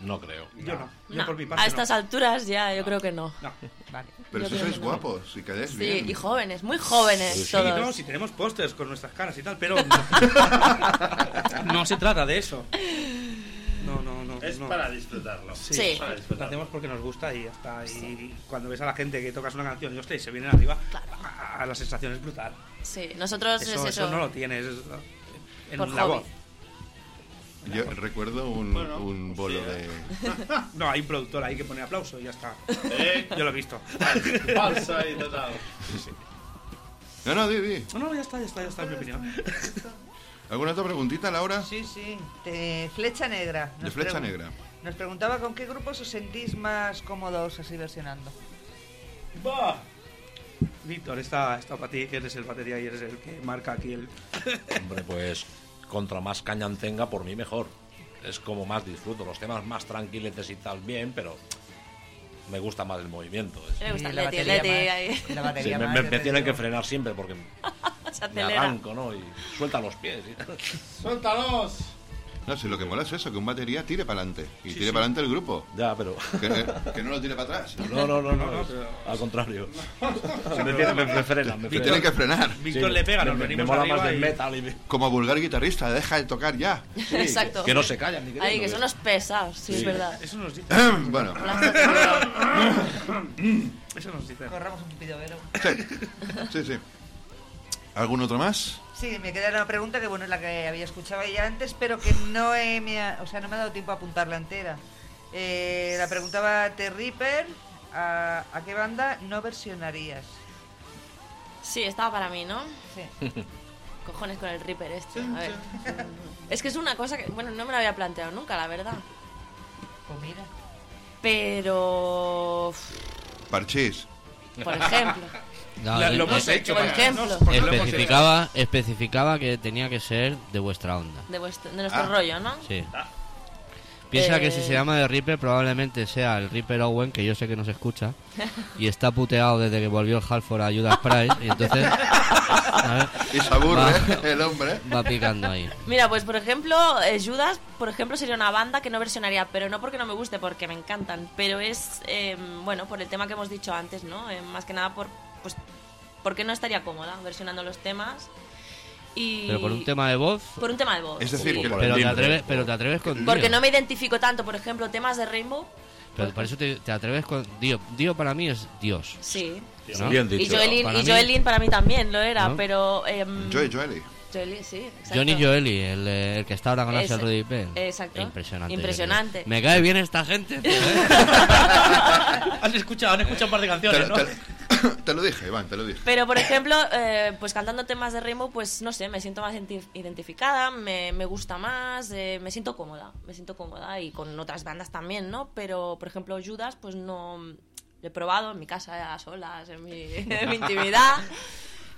[SPEAKER 8] No creo.
[SPEAKER 6] Yo no, yo
[SPEAKER 4] No, Ah,
[SPEAKER 6] por mi parte.
[SPEAKER 4] a
[SPEAKER 6] no.
[SPEAKER 4] estas alturas ya, yo creo que no.
[SPEAKER 6] No.
[SPEAKER 7] Vale.
[SPEAKER 2] Pero
[SPEAKER 4] Yo
[SPEAKER 2] si
[SPEAKER 4] creo
[SPEAKER 2] sois
[SPEAKER 4] que no.
[SPEAKER 2] guapos y quedáis
[SPEAKER 4] Sí,
[SPEAKER 2] bien.
[SPEAKER 4] y jóvenes, muy jóvenes
[SPEAKER 8] Sí, sí.
[SPEAKER 6] Sí, no,
[SPEAKER 4] todos.
[SPEAKER 6] si tenemos pósters con nuestras caras y tal,
[SPEAKER 4] [LAUGHS]
[SPEAKER 6] pero no, se trata de eso. No, no, no.
[SPEAKER 5] Es
[SPEAKER 6] no.
[SPEAKER 5] para disfrutarlo.
[SPEAKER 4] Sí.
[SPEAKER 5] Para
[SPEAKER 6] Lo
[SPEAKER 5] disfrutarlo.
[SPEAKER 6] hacemos porque nos gusta y ya está. Y cuando ves a la gente que tocas una canción y hostia, y se vienen arriba, a, a la sensación es brutal.
[SPEAKER 4] Sí, nosotros
[SPEAKER 6] Eso,
[SPEAKER 4] es eso.
[SPEAKER 6] eso no lo tienes es- en
[SPEAKER 4] Por
[SPEAKER 6] la
[SPEAKER 4] hobby.
[SPEAKER 6] voz.
[SPEAKER 2] Yo recuerdo un,
[SPEAKER 6] Bueno,
[SPEAKER 5] pues
[SPEAKER 2] un bolo
[SPEAKER 6] hostia.
[SPEAKER 2] de.
[SPEAKER 6] No, hay un productor ahí que pone aplauso y ya está.
[SPEAKER 5] Eh.
[SPEAKER 6] Yo lo he visto.
[SPEAKER 5] Falsa y total.
[SPEAKER 2] No, no, di, di.
[SPEAKER 6] No, no, ya está, ya está, ya está, en mi opinión.
[SPEAKER 2] ¿Alguna otra preguntita, Laura?
[SPEAKER 7] Sí, sí. De Flecha Negra.
[SPEAKER 2] De
[SPEAKER 7] nos
[SPEAKER 2] Flecha
[SPEAKER 7] pregun-
[SPEAKER 2] Negra.
[SPEAKER 7] Nos preguntaba con qué grupos os sentís más cómodos así versionando.
[SPEAKER 5] Bah.
[SPEAKER 6] Víctor, está, está para ti, que eres el batería y eres el que marca aquí el.
[SPEAKER 8] Hombre, pues contra más cañan tenga, por mí mejor. Es como más disfruto. Los temas más tranquiletes y tal, bien, pero me gusta más el movimiento. Es-
[SPEAKER 4] Le gusta
[SPEAKER 7] Y
[SPEAKER 4] el
[SPEAKER 7] la
[SPEAKER 4] Leti, el
[SPEAKER 7] batería
[SPEAKER 4] Leti [LAUGHS]
[SPEAKER 7] más-
[SPEAKER 4] ahí.
[SPEAKER 7] La
[SPEAKER 8] Sí,
[SPEAKER 7] batería
[SPEAKER 8] me,
[SPEAKER 7] más,
[SPEAKER 8] me-
[SPEAKER 7] ya
[SPEAKER 8] me
[SPEAKER 7] te
[SPEAKER 8] tienen que
[SPEAKER 7] digo.
[SPEAKER 8] frenar siempre porque
[SPEAKER 4] Se
[SPEAKER 8] me
[SPEAKER 4] acelera.
[SPEAKER 8] arranco, ¿no? Y suelta los pies.
[SPEAKER 5] ¡Suéltalos!
[SPEAKER 2] No, si lo que mola es eso, que un batería tire para adelante. Y tire para adelante el grupo.
[SPEAKER 8] Ya, pero. [LAUGHS]
[SPEAKER 2] Que, eh, que no lo tire para atrás.
[SPEAKER 8] No, no, no, no.
[SPEAKER 6] no,
[SPEAKER 8] es-
[SPEAKER 6] pero-
[SPEAKER 8] Al contrario. Me, tiene- me- me frena, me
[SPEAKER 2] Que
[SPEAKER 8] frena.
[SPEAKER 2] tiene que frenar.
[SPEAKER 6] Víctor
[SPEAKER 8] Sí,
[SPEAKER 6] le pega,
[SPEAKER 8] me-
[SPEAKER 6] nos
[SPEAKER 8] me-
[SPEAKER 6] venimos
[SPEAKER 8] Me mola
[SPEAKER 6] arriba
[SPEAKER 8] más del
[SPEAKER 6] y-
[SPEAKER 8] metal y me-
[SPEAKER 2] Como vulgar guitarrista, deja de tocar ya.
[SPEAKER 4] Exacto.
[SPEAKER 8] que no se callan ni que
[SPEAKER 4] Ahí,
[SPEAKER 8] digan,
[SPEAKER 4] que
[SPEAKER 8] ¿no?
[SPEAKER 4] son los pesados, sí, es verdad.
[SPEAKER 6] Eso nos dice.
[SPEAKER 2] bueno,
[SPEAKER 6] Eso nos dice.
[SPEAKER 7] Corramos un pido velo.
[SPEAKER 2] sí, sí. ¿Algún otro más?
[SPEAKER 7] Sí, me queda una pregunta que bueno es la que había escuchado ya antes, pero que no he, me ha- o sea, no me ha dado tiempo a apuntarla entera. Eh, la preguntaba The Reaper, ¿a, a qué banda no versionarías?
[SPEAKER 4] Sí, estaba para mí, ¿no?
[SPEAKER 7] Sí.
[SPEAKER 4] Cojones con el Reaper este. A ver. Es que es una cosa que, bueno, no me la había planteado nunca, la verdad.
[SPEAKER 7] Pues mira.
[SPEAKER 4] Pero,
[SPEAKER 2] Parchís.
[SPEAKER 4] por ejemplo,
[SPEAKER 1] No,
[SPEAKER 6] La-
[SPEAKER 1] eh,
[SPEAKER 6] lo
[SPEAKER 1] eh,
[SPEAKER 6] hemos hecho,
[SPEAKER 4] por
[SPEAKER 6] vaya.
[SPEAKER 4] ejemplo.
[SPEAKER 6] No, ¿por qué lo hemos hecho?
[SPEAKER 1] especificaba, especificaba que tenía que ser de vuestra onda.
[SPEAKER 4] de, vuestro, de nuestro
[SPEAKER 2] Ah.
[SPEAKER 4] rollo, ¿no?
[SPEAKER 1] Sí. Piensa que si
[SPEAKER 4] Eh.
[SPEAKER 1] se llama de Reaper probablemente sea el Reaper Owen, que yo sé que nos escucha, y está puteado desde que volvió el Halford a Judas Price, y
[SPEAKER 4] [LAUGHS]
[SPEAKER 1] entonces ¿sabes?
[SPEAKER 2] Y se aburre ¿eh?
[SPEAKER 1] Va.
[SPEAKER 2] el hombre.
[SPEAKER 1] va picando ahí.
[SPEAKER 4] Mira, pues por ejemplo, eh, Judas, por ejemplo, sería una banda que no versionaría, pero no porque no me guste, porque me encantan, pero es, eh, bueno, por el tema que hemos dicho antes, ¿no? Eh, más que nada por, pues, porque no estaría cómoda versionando los temas y...
[SPEAKER 1] Pero por un tema de voz,
[SPEAKER 4] Por un tema de voz.
[SPEAKER 2] Es decir,
[SPEAKER 8] Sí,
[SPEAKER 2] que
[SPEAKER 8] por
[SPEAKER 1] pero
[SPEAKER 8] el
[SPEAKER 1] te
[SPEAKER 8] timbre.
[SPEAKER 1] atreves, pero te atreves con
[SPEAKER 4] Porque
[SPEAKER 1] Dio.
[SPEAKER 4] no me identifico tanto, por ejemplo, temas de Rainbow,
[SPEAKER 1] Pero por eso te, te atreves con Dio. Dio para mí es Dios.
[SPEAKER 4] sí.
[SPEAKER 1] ¿no?
[SPEAKER 8] Bien
[SPEAKER 4] Y
[SPEAKER 8] dicho.
[SPEAKER 4] Joelin,
[SPEAKER 1] Para
[SPEAKER 4] y
[SPEAKER 1] mí-
[SPEAKER 4] Joelin para mí también lo era,
[SPEAKER 1] ¿No?
[SPEAKER 4] pero... em,
[SPEAKER 2] Joey Joely.
[SPEAKER 4] Joelin, sí, exacto.
[SPEAKER 1] Johnny Joely, el, eh, el que está ahora con
[SPEAKER 4] Ese,
[SPEAKER 1] Axel Rudy P.
[SPEAKER 4] exacto.
[SPEAKER 1] Impresionante.
[SPEAKER 4] Impresionante.
[SPEAKER 1] Me cae bien esta gente. tío,
[SPEAKER 4] [LAUGHS]
[SPEAKER 1] ¿eh?
[SPEAKER 9] Han escuchado, han escuchado un par de
[SPEAKER 2] Te,
[SPEAKER 9] canciones,
[SPEAKER 2] lo-
[SPEAKER 9] ¿no?
[SPEAKER 2] te lo- [COUGHS] te lo dije, Iván, te lo dije.
[SPEAKER 4] Pero, por ejemplo, eh, pues cantando temas de Rainbow, pues no sé, me siento más identi- identificada, me, me gusta más, eh, me siento cómoda, me siento cómoda y con otras bandas también, ¿no? Pero, por ejemplo, Judas, pues no lo he probado en mi casa a solas, en mi, [LAUGHS] en mi intimidad.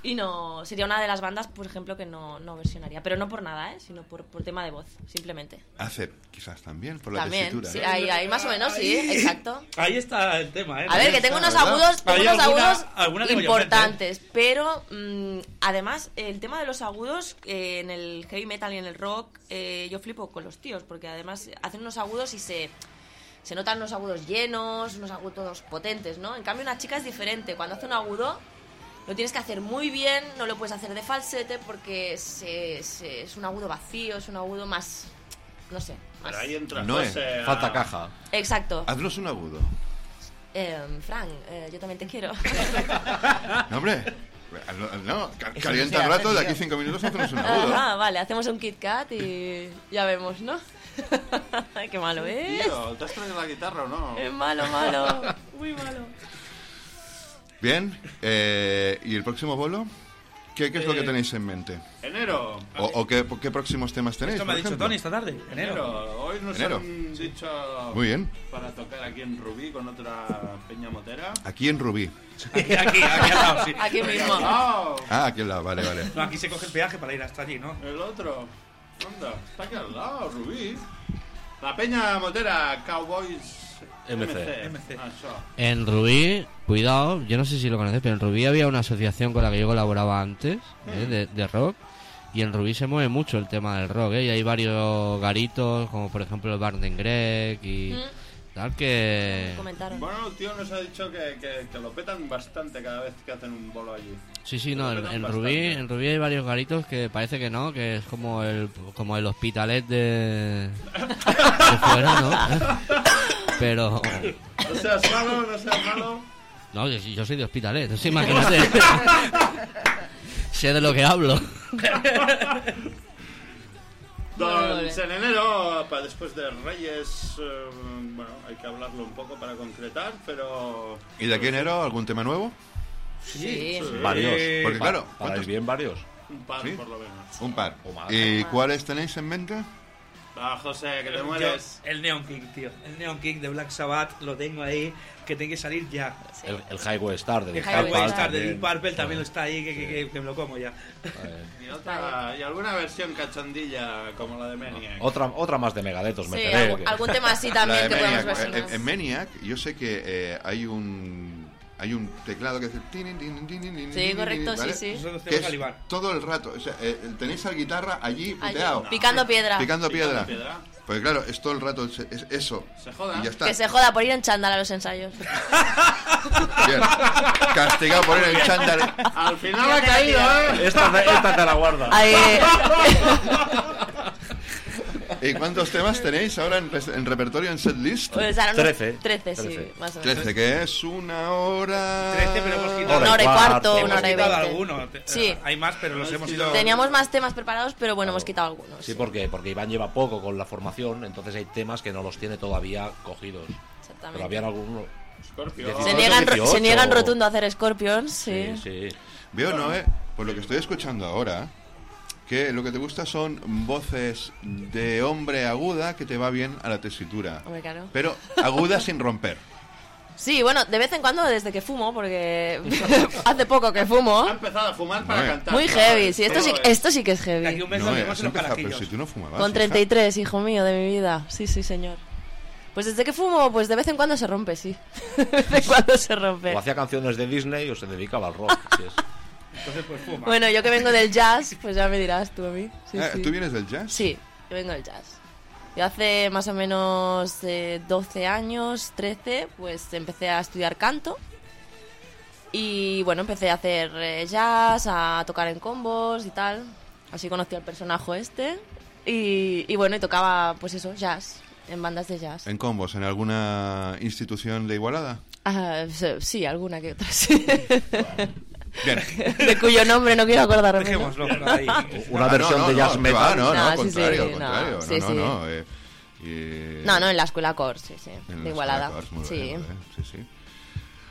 [SPEAKER 4] Y no, sería una de las bandas, por ejemplo, que no, no versionaría. Pero no por nada, ¿eh? Sino por, por tema de voz, simplemente.
[SPEAKER 2] Hace quizás también por la
[SPEAKER 4] También,
[SPEAKER 2] tesitura.
[SPEAKER 4] sí,
[SPEAKER 2] ¿eh?
[SPEAKER 4] ahí, ahí más o menos, sí, exacto.
[SPEAKER 6] Ahí está el tema, ¿eh?
[SPEAKER 4] A ver, que tengo unos
[SPEAKER 2] ¿verdad?
[SPEAKER 4] agudos, tengo
[SPEAKER 6] Hay
[SPEAKER 4] unos
[SPEAKER 6] alguna-
[SPEAKER 4] agudos
[SPEAKER 6] alguna que me
[SPEAKER 4] importantes,
[SPEAKER 6] ¿eh?
[SPEAKER 4] pero mm, además el tema de los agudos eh, en el heavy metal y en el rock, eh, yo flipo con los tíos, porque además hacen unos agudos y se, se notan unos agudos llenos, unos agudos potentes, ¿no? En cambio una chica es diferente, cuando hace un agudo lo tienes que hacer muy bien, no lo puedes hacer de falsete porque se- se- es un agudo vacío, es un agudo más, no sé, más...
[SPEAKER 5] Pero ahí entra
[SPEAKER 2] No es.
[SPEAKER 5] José a-
[SPEAKER 8] Falta caja.
[SPEAKER 4] Exacto.
[SPEAKER 2] Haznos un agudo.
[SPEAKER 4] Eh, Frank, eh, yo también te quiero.
[SPEAKER 2] No,
[SPEAKER 4] [LAUGHS]
[SPEAKER 2] hombre. Hazlo- No, ca-
[SPEAKER 7] no
[SPEAKER 2] calienta
[SPEAKER 7] se
[SPEAKER 2] el rato,
[SPEAKER 7] hace,
[SPEAKER 2] de
[SPEAKER 7] tío.
[SPEAKER 2] aquí cinco minutos haznos un
[SPEAKER 4] [LAUGHS]
[SPEAKER 2] agudo.
[SPEAKER 4] Ah, vale, hacemos un Kit Kat y ya vemos, ¿no? [LAUGHS] Ay, Qué malo es.
[SPEAKER 5] Tío, ¿te has traído la guitarra o no?
[SPEAKER 4] Es malo, malo. Muy malo.
[SPEAKER 2] Bien, eh, ¿y el próximo bolo? ¿Qué, qué es lo que
[SPEAKER 5] Eh,
[SPEAKER 2] tenéis en mente?
[SPEAKER 5] Enero.
[SPEAKER 2] ¿O, o qué, qué próximos temas tenéis?
[SPEAKER 6] Esto me ha
[SPEAKER 2] por
[SPEAKER 6] dicho
[SPEAKER 2] ejemplo?
[SPEAKER 6] Tony esta tarde, enero.
[SPEAKER 5] Enero. Hoy nos
[SPEAKER 2] Enero.
[SPEAKER 5] han dicho
[SPEAKER 2] Muy bien,
[SPEAKER 5] para tocar aquí en Rubí con otra peña motera.
[SPEAKER 2] aquí en Rubí.
[SPEAKER 6] Aquí, aquí, aquí al lado, sí.
[SPEAKER 4] Aquí mismo.
[SPEAKER 5] ¡Au!
[SPEAKER 2] Ah, aquí al lado, vale, vale.
[SPEAKER 6] No, aquí se coge el peaje para ir hasta allí, ¿no?
[SPEAKER 5] El otro. Anda, está aquí al lado, Rubí. La peña motera Cowboys
[SPEAKER 8] MC.
[SPEAKER 5] MC. Ah, eso.
[SPEAKER 1] En Rubí, cuidado, yo no sé si lo conoces, pero en Rubí había una asociación con la que yo colaboraba antes,
[SPEAKER 4] Mm.
[SPEAKER 1] ¿eh? de, de rock, y en Rubí se mueve mucho el tema del rock, ¿eh? y hay varios garitos, como por ejemplo el Barden Greg y
[SPEAKER 4] Mm.
[SPEAKER 1] tal,
[SPEAKER 2] Eh,
[SPEAKER 1] que...
[SPEAKER 4] Comentaron.
[SPEAKER 5] Bueno, el tío nos ha dicho que, que, que lo petan bastante cada vez que hacen un bolo allí.
[SPEAKER 1] Sí, sí, no, en,
[SPEAKER 5] Pero
[SPEAKER 1] en
[SPEAKER 5] bastante.
[SPEAKER 1] Rubí, en Rubí hay varios garitos que parece que no, que es como el, como el hospitalet de... de fuera, ¿no? [LAUGHS] Pero...
[SPEAKER 5] No seas malo, no seas malo.
[SPEAKER 1] No, yo, yo soy de hospitalet, sí, imagínate. [LAUGHS] sé de lo que hablo.
[SPEAKER 5] Doncs en enero, pa, después de Reyes, eh, bueno, hay que hablarlo un poco para concretar, pero...
[SPEAKER 2] ¿Y de aquí a enero algún tema nuevo?
[SPEAKER 5] Sí. Sí.
[SPEAKER 8] Varios.
[SPEAKER 6] Eh,
[SPEAKER 2] Porque
[SPEAKER 8] Pa-
[SPEAKER 2] claro,
[SPEAKER 8] para
[SPEAKER 2] ¿cuántos?
[SPEAKER 8] ir bien varios.
[SPEAKER 5] Un par,
[SPEAKER 2] Sí.
[SPEAKER 5] por lo menos.
[SPEAKER 2] Un par.
[SPEAKER 8] O más.
[SPEAKER 2] ¿Y
[SPEAKER 5] O más.
[SPEAKER 2] cuáles tenéis en mente?
[SPEAKER 5] Ah, José, que te
[SPEAKER 6] Yo-
[SPEAKER 5] mueres.
[SPEAKER 6] el Neon King, tío. El Neon King de Black Sabbath lo tengo ahí, que tiene que salir ya.
[SPEAKER 8] El, el Highway Star de
[SPEAKER 6] El
[SPEAKER 8] Deep
[SPEAKER 6] Highway
[SPEAKER 8] Purple
[SPEAKER 6] Star de
[SPEAKER 8] también.
[SPEAKER 6] Deep Purple también lo está ahí, que, que- que- que me lo como ya.
[SPEAKER 5] Y, otra, Ah, y alguna versión cachondilla como la de Maniac.
[SPEAKER 8] Otra, otra más de Megadeth os
[SPEAKER 4] Sí,
[SPEAKER 8] meteré.
[SPEAKER 4] algún-
[SPEAKER 8] que-
[SPEAKER 4] algún tema así
[SPEAKER 2] La
[SPEAKER 4] también
[SPEAKER 2] de
[SPEAKER 4] que podamos
[SPEAKER 2] Maniac. eh,
[SPEAKER 4] versionar.
[SPEAKER 2] En, en Maniac, yo sé que eh, hay un hay un teclado que hace. tinin, tinin, tinin, tinin,
[SPEAKER 4] Sí,
[SPEAKER 2] tinin,
[SPEAKER 4] correcto,
[SPEAKER 2] ¿vale?
[SPEAKER 4] sí, sí.
[SPEAKER 6] Nosotros
[SPEAKER 2] Que
[SPEAKER 6] tenemos
[SPEAKER 2] es
[SPEAKER 6] Calibán.
[SPEAKER 2] todo el rato. O sea, eh, tenéis la guitarra allí
[SPEAKER 4] Allí,
[SPEAKER 2] puteado.
[SPEAKER 4] picando piedra.
[SPEAKER 2] Picando piedra.
[SPEAKER 5] Picando piedra.
[SPEAKER 2] Pues claro, es todo el rato es- es eso.
[SPEAKER 5] Se joda.
[SPEAKER 2] Y ya está.
[SPEAKER 4] Que se joda por ir en chándal a
[SPEAKER 2] [LAUGHS]
[SPEAKER 4] los ensayos.
[SPEAKER 2] Bien. Castigado por el chándal.
[SPEAKER 5] Al final ha caído, ¿eh?
[SPEAKER 8] [LAUGHS] Esta, te- esta te la guarda.
[SPEAKER 4] Ahí,
[SPEAKER 2] [LAUGHS] ¿Y cuántos temas tenéis ahora en, res- en repertorio, en setlist?
[SPEAKER 4] pues ahora unos
[SPEAKER 8] Trece.
[SPEAKER 4] 13, sí,
[SPEAKER 8] Trece.
[SPEAKER 4] más o menos.
[SPEAKER 2] 13, que es una hora.
[SPEAKER 6] 13, pero hemos quitado-
[SPEAKER 4] Una hora y cuarto,
[SPEAKER 8] Hora y
[SPEAKER 4] una hora y
[SPEAKER 6] quitado
[SPEAKER 4] veinte.
[SPEAKER 6] alguno. te-
[SPEAKER 4] Sí.
[SPEAKER 6] Hay más, pero los hemos ido.
[SPEAKER 4] Teníamos más temas preparados, pero bueno, hemos quitado algunos.
[SPEAKER 8] Sí, porque, porque Iván lleva poco con la formación, entonces hay temas que no los tiene todavía cogidos. Pero habían
[SPEAKER 4] Exactamente.
[SPEAKER 8] alguno.
[SPEAKER 5] Scorpio.
[SPEAKER 4] Se
[SPEAKER 8] Decid-
[SPEAKER 4] niegan, ro-
[SPEAKER 8] 18.
[SPEAKER 4] se niegan rotundo a hacer Scorpions, sí.
[SPEAKER 8] Sí, sí.
[SPEAKER 2] Veo, no, eh, por lo que estoy escuchando ahora, que lo que te gusta son voces de hombre aguda que te va bien a la tesitura.
[SPEAKER 4] Hombre, claro.
[SPEAKER 2] Pero aguda sin romper.
[SPEAKER 4] Sí, bueno, de vez en cuando desde que fumo, porque [LAUGHS] hace poco que fumo.
[SPEAKER 5] Ha empezado a fumar para
[SPEAKER 2] Muy-
[SPEAKER 5] cantar.
[SPEAKER 4] Muy heavy, sí, esto sí,
[SPEAKER 5] Joder.
[SPEAKER 4] esto sí que es
[SPEAKER 6] De aquí a
[SPEAKER 4] heavy.
[SPEAKER 6] un mes
[SPEAKER 2] no,
[SPEAKER 6] lo
[SPEAKER 2] eh,
[SPEAKER 6] tenemos
[SPEAKER 2] has
[SPEAKER 6] en los
[SPEAKER 2] empezado, pero
[SPEAKER 6] carajillos.
[SPEAKER 2] si tú no fumabas.
[SPEAKER 4] Con
[SPEAKER 2] hija. Eh,
[SPEAKER 4] 33, hijo mío, de mi vida. Sí, sí, señor. Pues desde que fumo, pues de vez en cuando se rompe, sí. [LAUGHS] De vez en cuando se rompe.
[SPEAKER 8] O hacía canciones de Disney o se dedicaba al rock. si es-
[SPEAKER 6] Entonces, pues fuma.
[SPEAKER 4] Bueno, yo que vengo del jazz, pues ya me dirás tú a mí. Sí,
[SPEAKER 2] Ah,
[SPEAKER 4] sí.
[SPEAKER 2] ¿Tú vienes del jazz?
[SPEAKER 4] Sí, yo vengo del jazz. Yo hace más o menos eh, 12 años, 13, pues empecé a estudiar canto. Y bueno, empecé a hacer eh, jazz, a tocar en combos y tal. Así conocí al personaje este. Y, y bueno, y tocaba pues eso, jazz, en bandas de jazz.
[SPEAKER 2] ¿En combos? ¿En alguna institución de Igualada?
[SPEAKER 4] Ah, sí, sí, alguna que otra, [LAUGHS] sí.
[SPEAKER 2] Bien.
[SPEAKER 4] de cuyo nombre no quiero acordarme. ¿no?
[SPEAKER 6] Dejémoslo
[SPEAKER 4] [LAUGHS]
[SPEAKER 6] por ahí.
[SPEAKER 8] Una
[SPEAKER 2] Ah, no,
[SPEAKER 8] versión
[SPEAKER 2] no,
[SPEAKER 8] de jazz
[SPEAKER 2] no, que va,
[SPEAKER 8] metal.
[SPEAKER 2] No, no,
[SPEAKER 4] No,
[SPEAKER 2] al
[SPEAKER 4] sí, sí,
[SPEAKER 2] contrario, al
[SPEAKER 4] no,
[SPEAKER 2] contrario. No,
[SPEAKER 4] sí,
[SPEAKER 2] no,
[SPEAKER 4] sí.
[SPEAKER 2] no, eh, eh,
[SPEAKER 4] No, no, en la escuela core, sí, sí.
[SPEAKER 2] En
[SPEAKER 4] de
[SPEAKER 2] los
[SPEAKER 4] Igualada.
[SPEAKER 2] Records, muy
[SPEAKER 4] sí.
[SPEAKER 2] bien, muy bien, sí, sí.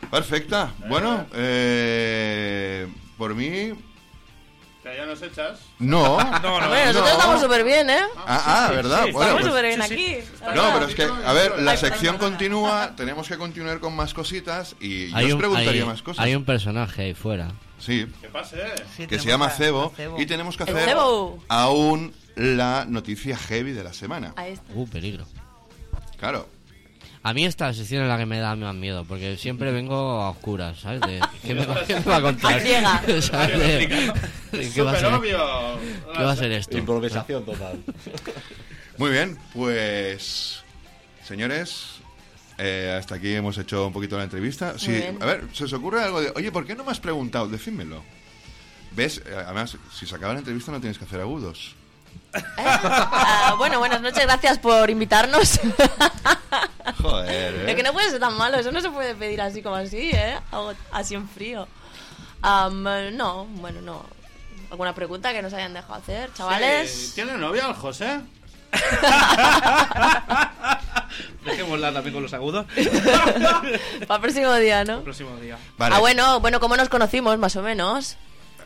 [SPEAKER 2] Perfecta. Bueno, eh, por mí,
[SPEAKER 5] Que ya nos echas.
[SPEAKER 2] no. [LAUGHS]
[SPEAKER 6] No, no,
[SPEAKER 4] Bueno, nosotros
[SPEAKER 2] No.
[SPEAKER 4] estamos súper bien, ¿eh?
[SPEAKER 2] Ah, ah, ¿verdad?
[SPEAKER 6] sí,
[SPEAKER 2] bueno,
[SPEAKER 4] estamos
[SPEAKER 2] pues-
[SPEAKER 4] súper bien
[SPEAKER 6] sí,
[SPEAKER 4] aquí. la
[SPEAKER 2] no,
[SPEAKER 4] verdad.
[SPEAKER 2] pero es que, a ver, la
[SPEAKER 4] Ay,
[SPEAKER 2] sección
[SPEAKER 4] perdona.
[SPEAKER 2] continúa, tenemos que continuar con más cositas y yo
[SPEAKER 1] Hay
[SPEAKER 2] os
[SPEAKER 1] un-
[SPEAKER 2] preguntaría
[SPEAKER 1] hay-
[SPEAKER 2] más cosas.
[SPEAKER 1] Hay un personaje ahí fuera.
[SPEAKER 2] Sí,
[SPEAKER 5] Que pase, ¿eh?
[SPEAKER 7] Sí,
[SPEAKER 2] que
[SPEAKER 7] tenemos
[SPEAKER 2] se llama
[SPEAKER 7] a-
[SPEAKER 2] Cebo
[SPEAKER 7] a Cebo.
[SPEAKER 2] y tenemos que
[SPEAKER 4] El
[SPEAKER 2] hacer
[SPEAKER 4] Cebo.
[SPEAKER 2] aún la noticia heavy de la semana.
[SPEAKER 4] Ahí está.
[SPEAKER 1] Uh, peligro.
[SPEAKER 2] Claro.
[SPEAKER 1] A mí esta sección es la que me da más miedo, porque siempre vengo a oscuras, ¿sabes? De- ¿qué, me va, qué me va a contar?
[SPEAKER 4] A
[SPEAKER 1] [LAUGHS]
[SPEAKER 4] ciegas.
[SPEAKER 1] ¿Sabes? De- ¿Qué va a
[SPEAKER 5] Súper
[SPEAKER 1] ser?
[SPEAKER 5] obvio.
[SPEAKER 1] ¿Qué va a ser esto?
[SPEAKER 8] Improvisación total.
[SPEAKER 2] Muy bien, pues señores, eh, hasta aquí hemos hecho un poquito la entrevista. Si,
[SPEAKER 4] Muy bien.
[SPEAKER 2] a ver, ¿se os ocurre algo de, oye, ¿por qué no me has preguntado? Decídmelo. ¿Ves? Eh, Además, si se acaba la entrevista no tienes que hacer
[SPEAKER 4] [LAUGHS]
[SPEAKER 2] agudos.
[SPEAKER 4] Ah, bueno, buenas noches, gracias por invitarnos.
[SPEAKER 2] Joder, ¿eh?
[SPEAKER 4] [LAUGHS] Es que no puede ser tan malo, eso no se puede pedir así como así, ¿eh? Algo Así en frío. Am, eh, no, bueno, no. ¿Alguna pregunta que nos hayan dejado hacer,
[SPEAKER 5] Sí,
[SPEAKER 4] chavales?
[SPEAKER 5] ¿Tiene novia el José?
[SPEAKER 6] Dejémosla también con los [LAUGHS] agudos.
[SPEAKER 4] Para el próximo día, ¿no?
[SPEAKER 6] El próximo día.
[SPEAKER 2] Vale.
[SPEAKER 4] Ah, bueno, bueno, ¿cómo nos conocimos, más o menos?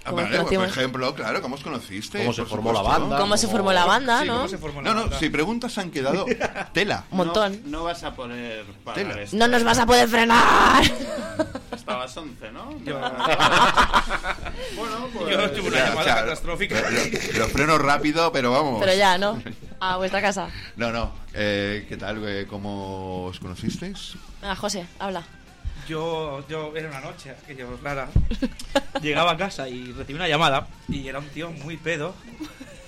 [SPEAKER 2] Ah,
[SPEAKER 4] ¿Cómo nos
[SPEAKER 2] vale, por
[SPEAKER 4] conocimos?
[SPEAKER 2] ejemplo, claro, ¿cómo os conociste?
[SPEAKER 8] ¿Cómo se
[SPEAKER 2] Por
[SPEAKER 8] formó la
[SPEAKER 2] supuesto.
[SPEAKER 8] banda?
[SPEAKER 4] ¿Cómo se
[SPEAKER 8] ¿Cómo-
[SPEAKER 4] formó la banda,
[SPEAKER 6] Sí,
[SPEAKER 4] no?
[SPEAKER 6] ¿cómo se formó la
[SPEAKER 2] No, no,
[SPEAKER 6] banda?
[SPEAKER 2] si preguntas han
[SPEAKER 4] [LAUGHS]
[SPEAKER 2] quedado tela.
[SPEAKER 4] Un montón.
[SPEAKER 5] No, no vas a poder parar
[SPEAKER 2] Tela.
[SPEAKER 5] esto.
[SPEAKER 4] No nos vas a poder frenar.
[SPEAKER 5] Hasta las 11,
[SPEAKER 4] [LAUGHS]
[SPEAKER 5] ¿no?
[SPEAKER 6] Yo-
[SPEAKER 5] bueno, pues...
[SPEAKER 6] Yo tuve una
[SPEAKER 2] O sea,
[SPEAKER 6] llamada
[SPEAKER 2] o sea,
[SPEAKER 6] catastrófica.
[SPEAKER 2] Lo, lo- lo freno rápido, pero vamos.
[SPEAKER 4] Pero ya, ¿no? A vuestra casa.
[SPEAKER 2] No, no. Eh, ¿Qué tal? eh, ¿Cómo os conocisteis?
[SPEAKER 4] Ah, José, habla.
[SPEAKER 6] Yo, yo era una noche, aquello rara. Llegaba a casa y recibí una llamada y era un tío muy pedo.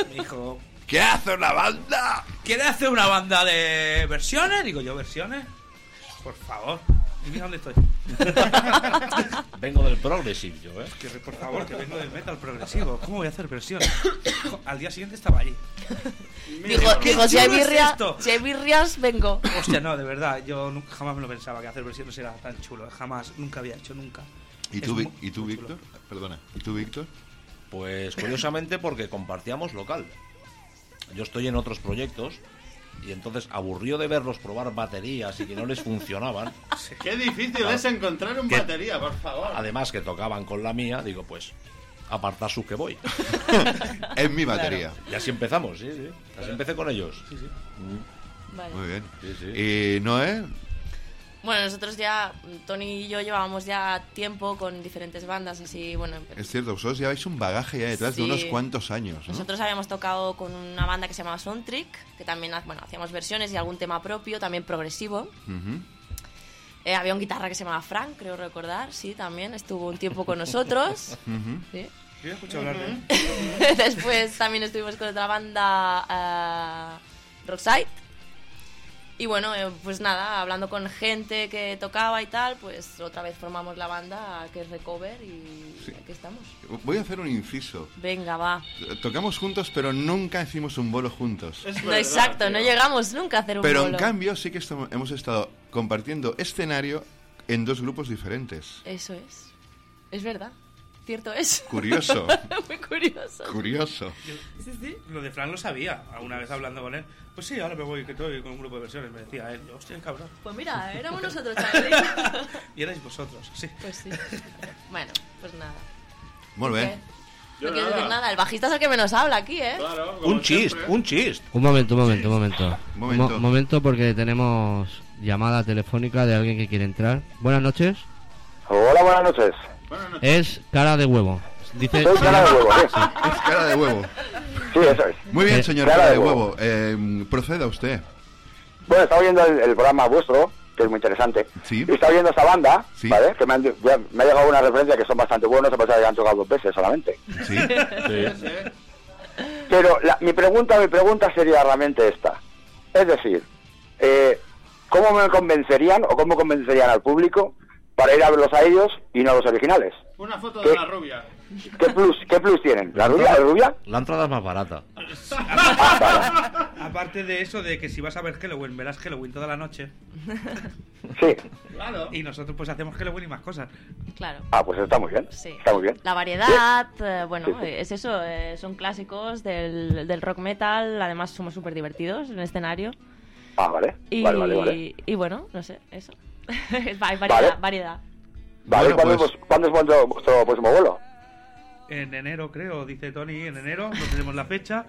[SPEAKER 6] Me dijo,
[SPEAKER 2] ¿Qué hace una banda?
[SPEAKER 6] ¿quieres hacer una banda de versiones? Digo yo, ¿versiones? Por favor. Y mira dónde estoy.
[SPEAKER 8] Vengo del Progressive yo, ¿eh?
[SPEAKER 6] Que, por favor, que vengo del metal progresivo. ¿Cómo voy a hacer versiones? Al día siguiente estaba allí.
[SPEAKER 4] Dijo,
[SPEAKER 6] ¿qué
[SPEAKER 4] dijo, si hay
[SPEAKER 6] chulo es
[SPEAKER 4] birria,
[SPEAKER 6] esto?
[SPEAKER 4] si hay birrias, vengo.
[SPEAKER 6] Hostia, no, de verdad, yo nunca, jamás me lo pensaba que hacer versiones era tan chulo. Jamás, nunca había hecho, nunca.
[SPEAKER 2] ¿Y
[SPEAKER 6] Es
[SPEAKER 2] tú, Vi-
[SPEAKER 6] muy-
[SPEAKER 2] ¿y tú
[SPEAKER 6] muy
[SPEAKER 2] Víctor?
[SPEAKER 6] chulo.
[SPEAKER 2] Perdona. ¿Y tú, Víctor?
[SPEAKER 8] Pues curiosamente porque compartíamos local. yo estoy en otros proyectos y entonces aburrió de verlos probar baterías y que no les funcionaban.
[SPEAKER 5] Qué difícil
[SPEAKER 8] Claro.
[SPEAKER 5] es encontrar un
[SPEAKER 8] Que-
[SPEAKER 5] batería, por favor.
[SPEAKER 8] Además que tocaban con la mía, digo, pues apartar sus que voy.
[SPEAKER 2] Es
[SPEAKER 4] [LAUGHS]
[SPEAKER 2] mi batería.
[SPEAKER 8] Y así empezamos, sí, sí. Así empecé con ellos.
[SPEAKER 4] Vale.
[SPEAKER 2] Muy bien. Eh,
[SPEAKER 8] Sí, sí.
[SPEAKER 2] ¿Y Noé?
[SPEAKER 4] Bueno, nosotros ya, Tony y yo llevábamos ya tiempo con diferentes bandas, así, bueno, pues, empe-
[SPEAKER 2] Es cierto, vosotros lleváis un bagaje ya detrás de
[SPEAKER 4] Sí.
[SPEAKER 2] unos cuantos años, ¿no?
[SPEAKER 4] Nosotros habíamos tocado con una banda que se llamaba Soundtrick, que también ha- bueno, hacíamos versiones y algún tema propio, también progresivo.
[SPEAKER 2] Ujú.
[SPEAKER 4] Eh, había un guitarra que se llamaba Frank, creo recordar, sí, también estuvo un tiempo con
[SPEAKER 2] [LAUGHS]
[SPEAKER 4] nosotros.
[SPEAKER 2] Ujú.
[SPEAKER 4] sí.
[SPEAKER 6] Yo he escuchado hablar de
[SPEAKER 4] [LAUGHS]
[SPEAKER 6] él.
[SPEAKER 4] Después también estuvimos con otra banda, eh, Rockside. Y bueno, eh, pues nada, hablando con gente que tocaba y tal, pues otra vez formamos la banda que es Recover y
[SPEAKER 2] Sí.
[SPEAKER 4] aquí estamos.
[SPEAKER 2] Voy a hacer un inciso.
[SPEAKER 4] Venga, va.
[SPEAKER 2] Tocamos juntos, pero nunca hicimos un bolo juntos.
[SPEAKER 5] Es
[SPEAKER 4] No,
[SPEAKER 5] verdad,
[SPEAKER 4] exacto,
[SPEAKER 5] tío.
[SPEAKER 4] no llegamos nunca a hacer un
[SPEAKER 2] Pero en
[SPEAKER 4] bolo.
[SPEAKER 2] cambio sí que estamos- hemos estado compartiendo escenario en dos grupos diferentes.
[SPEAKER 4] Eso es. Es verdad. Cierto es.
[SPEAKER 2] Curioso,
[SPEAKER 4] [LAUGHS] Muy curioso.
[SPEAKER 2] curioso.
[SPEAKER 6] Lo de Frank lo sabía, alguna vez hablando con él. Pues sí, ahora me voy, que estoy con un grupo de versiones, me decía él. Yo, Hostia, cabrón.
[SPEAKER 4] Pues mira,
[SPEAKER 2] [LAUGHS]
[SPEAKER 4] éramos nosotros, chavales.
[SPEAKER 6] Y erais vosotros, sí.
[SPEAKER 4] [LAUGHS] Pues sí. Bueno, pues nada.
[SPEAKER 2] Muy bien.
[SPEAKER 4] ¿Qué?
[SPEAKER 5] Yo
[SPEAKER 4] No quiero decir
[SPEAKER 5] nada.
[SPEAKER 4] nada, el bajista es el que menos habla aquí, ¿eh?
[SPEAKER 5] Claro, como
[SPEAKER 8] Un chist,
[SPEAKER 5] siempre.
[SPEAKER 8] un chist.
[SPEAKER 1] Un momento, un momento, un momento.
[SPEAKER 2] Momento.
[SPEAKER 1] Mo- momento porque tenemos llamada telefónica de alguien que quiere entrar. Buenas noches.
[SPEAKER 10] Hola, buenas noches.
[SPEAKER 5] Bueno, no-
[SPEAKER 1] Es cara de huevo. Dice
[SPEAKER 10] Soy Cara de Huevo, ¿eh? sí.
[SPEAKER 2] Es cara de huevo.
[SPEAKER 10] Sí, eso es.
[SPEAKER 2] Muy bien,
[SPEAKER 1] Eh,
[SPEAKER 2] señor
[SPEAKER 10] cara
[SPEAKER 2] cara de
[SPEAKER 10] de
[SPEAKER 2] huevo. Eh, proceda usted.
[SPEAKER 10] Bueno, estaba viendo el, el programa vuestro, que es muy interesante.
[SPEAKER 2] Sí.
[SPEAKER 10] Y estaba viendo esa banda,
[SPEAKER 2] Sí.
[SPEAKER 10] ¿vale? Que me, han, ya me ha llegado una referencia que son bastante buenos, a pesar de que han tocado dos veces solamente.
[SPEAKER 2] Sí.
[SPEAKER 4] [LAUGHS]
[SPEAKER 5] ¿eh?
[SPEAKER 10] Pero la- mi pregunta, mi pregunta sería realmente esta. Es decir, eh, ¿cómo me convencerían o cómo convencerían al público para ir a verlos a ellos y no a los originales?
[SPEAKER 5] Una foto de la rubia.
[SPEAKER 10] ¿Qué plus, qué plus tienen? ¿La rubia? ¿La rubia?
[SPEAKER 8] La entrada es más barata.
[SPEAKER 10] Ah, vale.
[SPEAKER 6] Aparte de eso de que si vas a ver Halloween, verás Halloween toda la noche.
[SPEAKER 10] Sí.
[SPEAKER 5] Claro.
[SPEAKER 6] Y nosotros pues hacemos Halloween y más cosas.
[SPEAKER 4] Claro.
[SPEAKER 10] Ah, pues está muy bien.
[SPEAKER 4] Sí.
[SPEAKER 10] Está muy bien.
[SPEAKER 4] La variedad, eh,
[SPEAKER 10] Sí,
[SPEAKER 4] bueno,
[SPEAKER 10] sí.
[SPEAKER 4] eh, es eso, eh, son clásicos del, del rock metal, además somos súper divertidos en escenario.
[SPEAKER 10] Ah, vale.
[SPEAKER 4] Y,
[SPEAKER 10] Vale, vale, vale.
[SPEAKER 4] y bueno, no sé, eso. [LAUGHS] Hay variedad, variedad.
[SPEAKER 10] Vale,
[SPEAKER 2] Bueno,
[SPEAKER 10] ¿cuándo,
[SPEAKER 2] pues-
[SPEAKER 10] es vos- ¿cuándo es vuestro, vuestro próximo vuelo?
[SPEAKER 6] En enero, creo, dice Tony, en enero, no tenemos la fecha.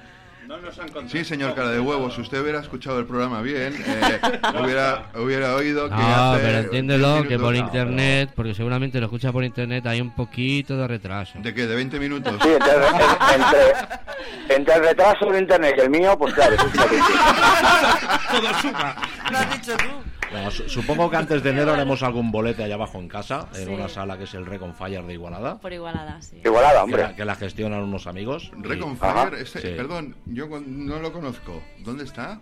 [SPEAKER 5] No nos han contado.
[SPEAKER 2] Sí, señor cara de huevo, si usted hubiera escuchado el programa bien, eh, hubiera, hubiera oído [LAUGHS] que
[SPEAKER 1] No,
[SPEAKER 2] hace
[SPEAKER 1] pero entiéndelo
[SPEAKER 2] 10
[SPEAKER 1] que por
[SPEAKER 2] minutos-
[SPEAKER 1] internet, porque seguramente lo escucha por internet, hay un poquito de retraso.
[SPEAKER 2] ¿De qué? ¿De 20 minutos?
[SPEAKER 10] Sí, [LAUGHS] entre, en- entre, entre el retraso de internet y el mío, pues claro. eso es una [LAUGHS] crisis.
[SPEAKER 6] Todo suma.
[SPEAKER 7] Lo Ah, has dicho tú.
[SPEAKER 8] Bueno, su- supongo que antes de enero haremos algún bolete allá abajo en casa, en
[SPEAKER 4] Sí.
[SPEAKER 8] una sala que es el Recon Fire de Igualada,
[SPEAKER 4] Por igualada, sí.
[SPEAKER 10] Igualada,
[SPEAKER 8] que la,
[SPEAKER 10] hombre.
[SPEAKER 8] que la gestionan unos amigos. y-
[SPEAKER 2] Reconfire,
[SPEAKER 10] Ajá.
[SPEAKER 2] este-
[SPEAKER 8] Sí.
[SPEAKER 2] perdón, yo con- no lo conozco. ¿Dónde está?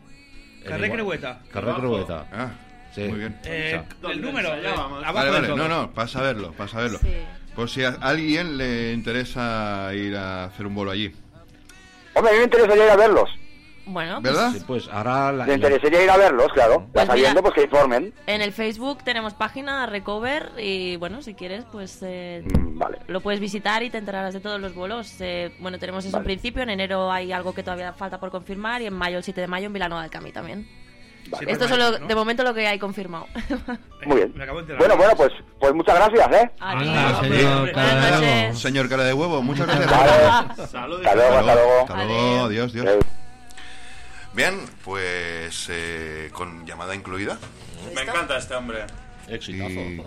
[SPEAKER 8] en
[SPEAKER 6] Carré
[SPEAKER 8] Igua-
[SPEAKER 6] Creueta.
[SPEAKER 8] Carré Creueta.
[SPEAKER 2] Ah,
[SPEAKER 8] Sí.
[SPEAKER 2] muy bien.
[SPEAKER 6] Eh,
[SPEAKER 8] O sea,
[SPEAKER 6] el
[SPEAKER 5] ¿Dónde
[SPEAKER 6] número, eh,
[SPEAKER 5] ensayábamos?
[SPEAKER 6] abajo
[SPEAKER 2] Vale,
[SPEAKER 6] del
[SPEAKER 2] vale,
[SPEAKER 6] todo.
[SPEAKER 2] no, no, pasa a verlo, pasa a verlo.
[SPEAKER 4] Sí.
[SPEAKER 2] Por si a alguien le interesa ir a hacer un bolo allí.
[SPEAKER 10] Hombre, a mí me interesaría ir a verlos.
[SPEAKER 4] Bueno, pues
[SPEAKER 2] ¿Verdad?
[SPEAKER 8] Sí, pues ahora la,
[SPEAKER 10] Me interesaría ir a verlos, claro.
[SPEAKER 4] Pues
[SPEAKER 10] Ya sabiendo,
[SPEAKER 4] mira.
[SPEAKER 10] pues que informen.
[SPEAKER 4] en el Facebook tenemos página Recover y bueno, si quieres, pues eh,
[SPEAKER 10] Mm, Vale.
[SPEAKER 4] lo puedes visitar y te enterarás de todos los vuelos. Eh, bueno, tenemos eso en
[SPEAKER 10] Vale.
[SPEAKER 4] principio, en enero hay algo que todavía falta por confirmar y en mayo, el 7 de mayo, en Vilanova del Camí también.
[SPEAKER 6] Sí, pues
[SPEAKER 4] Esto es
[SPEAKER 6] bueno,
[SPEAKER 4] lo-
[SPEAKER 6] ¿no?
[SPEAKER 4] de momento lo que hay confirmado. [LAUGHS]
[SPEAKER 10] Muy bien.
[SPEAKER 6] Me acabo de enterar.
[SPEAKER 10] Bueno, bueno, pues, pues muchas gracias, ¿eh?
[SPEAKER 1] Anda,
[SPEAKER 4] Adiós.
[SPEAKER 1] señor
[SPEAKER 6] hombre.
[SPEAKER 1] cara de
[SPEAKER 4] Buenas
[SPEAKER 1] huevo.
[SPEAKER 4] noches.
[SPEAKER 2] Señor cara de huevo, muchas gracias.
[SPEAKER 10] Vale.
[SPEAKER 5] Salud.
[SPEAKER 10] Hasta luego, hasta luego.
[SPEAKER 2] Hasta luego, adiós, adiós.
[SPEAKER 10] Adiós.
[SPEAKER 2] Bien, pues eh, con llamada incluida.
[SPEAKER 5] Me encanta este hombre.
[SPEAKER 8] Exitazo.
[SPEAKER 2] Y-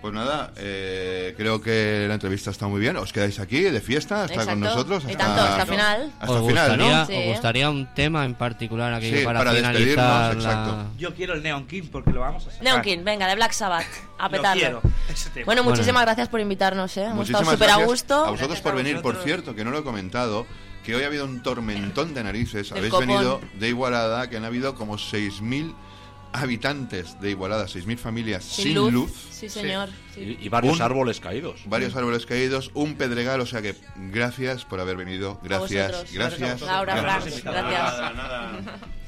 [SPEAKER 2] Pues nada, eh, creo que la entrevista está muy bien. Os quedáis aquí de fiesta, hasta con
[SPEAKER 4] Exacto.
[SPEAKER 2] nosotros.
[SPEAKER 4] Y tanto, hasta final.
[SPEAKER 2] Hasta
[SPEAKER 1] ¿Os
[SPEAKER 2] final,
[SPEAKER 1] gustaría,
[SPEAKER 2] ¿no?
[SPEAKER 4] Sí.
[SPEAKER 1] os gustaría un tema en particular aquí
[SPEAKER 2] Sí,
[SPEAKER 1] para,
[SPEAKER 2] para
[SPEAKER 1] finalizar
[SPEAKER 2] despedirnos,
[SPEAKER 1] la-
[SPEAKER 2] exacto.
[SPEAKER 6] Yo quiero el Neon King porque lo vamos a sacar.
[SPEAKER 4] Neon King, venga, de Black Sabbath. A
[SPEAKER 6] Lo
[SPEAKER 4] petarlo.
[SPEAKER 6] quiero, ese tema.
[SPEAKER 4] Bueno, muchísimas
[SPEAKER 1] Bueno.
[SPEAKER 4] gracias por invitarnos, ¿eh? Hemos
[SPEAKER 2] Muchísimas
[SPEAKER 4] estado súper a
[SPEAKER 2] gracias
[SPEAKER 4] gusto.
[SPEAKER 2] A vosotros por venir, por cierto, que no lo he comentado, que hoy ha habido un tormentón de narices. Habéis
[SPEAKER 4] copón.
[SPEAKER 2] venido de Igualada, que han habido como 6.000 habitantes de Igualada, 6.000 familias sin, luz.
[SPEAKER 4] Sí, señor. sí.
[SPEAKER 8] y- y varios
[SPEAKER 2] Un-
[SPEAKER 8] árboles caídos.
[SPEAKER 2] Varios árboles caídos, un pedregal, o sea que gracias por haber venido,
[SPEAKER 4] A
[SPEAKER 2] gracias,
[SPEAKER 4] vosotros.
[SPEAKER 2] gracias.
[SPEAKER 4] Laura,
[SPEAKER 2] gracias.
[SPEAKER 4] Frank, gracias.
[SPEAKER 5] Nada, nada.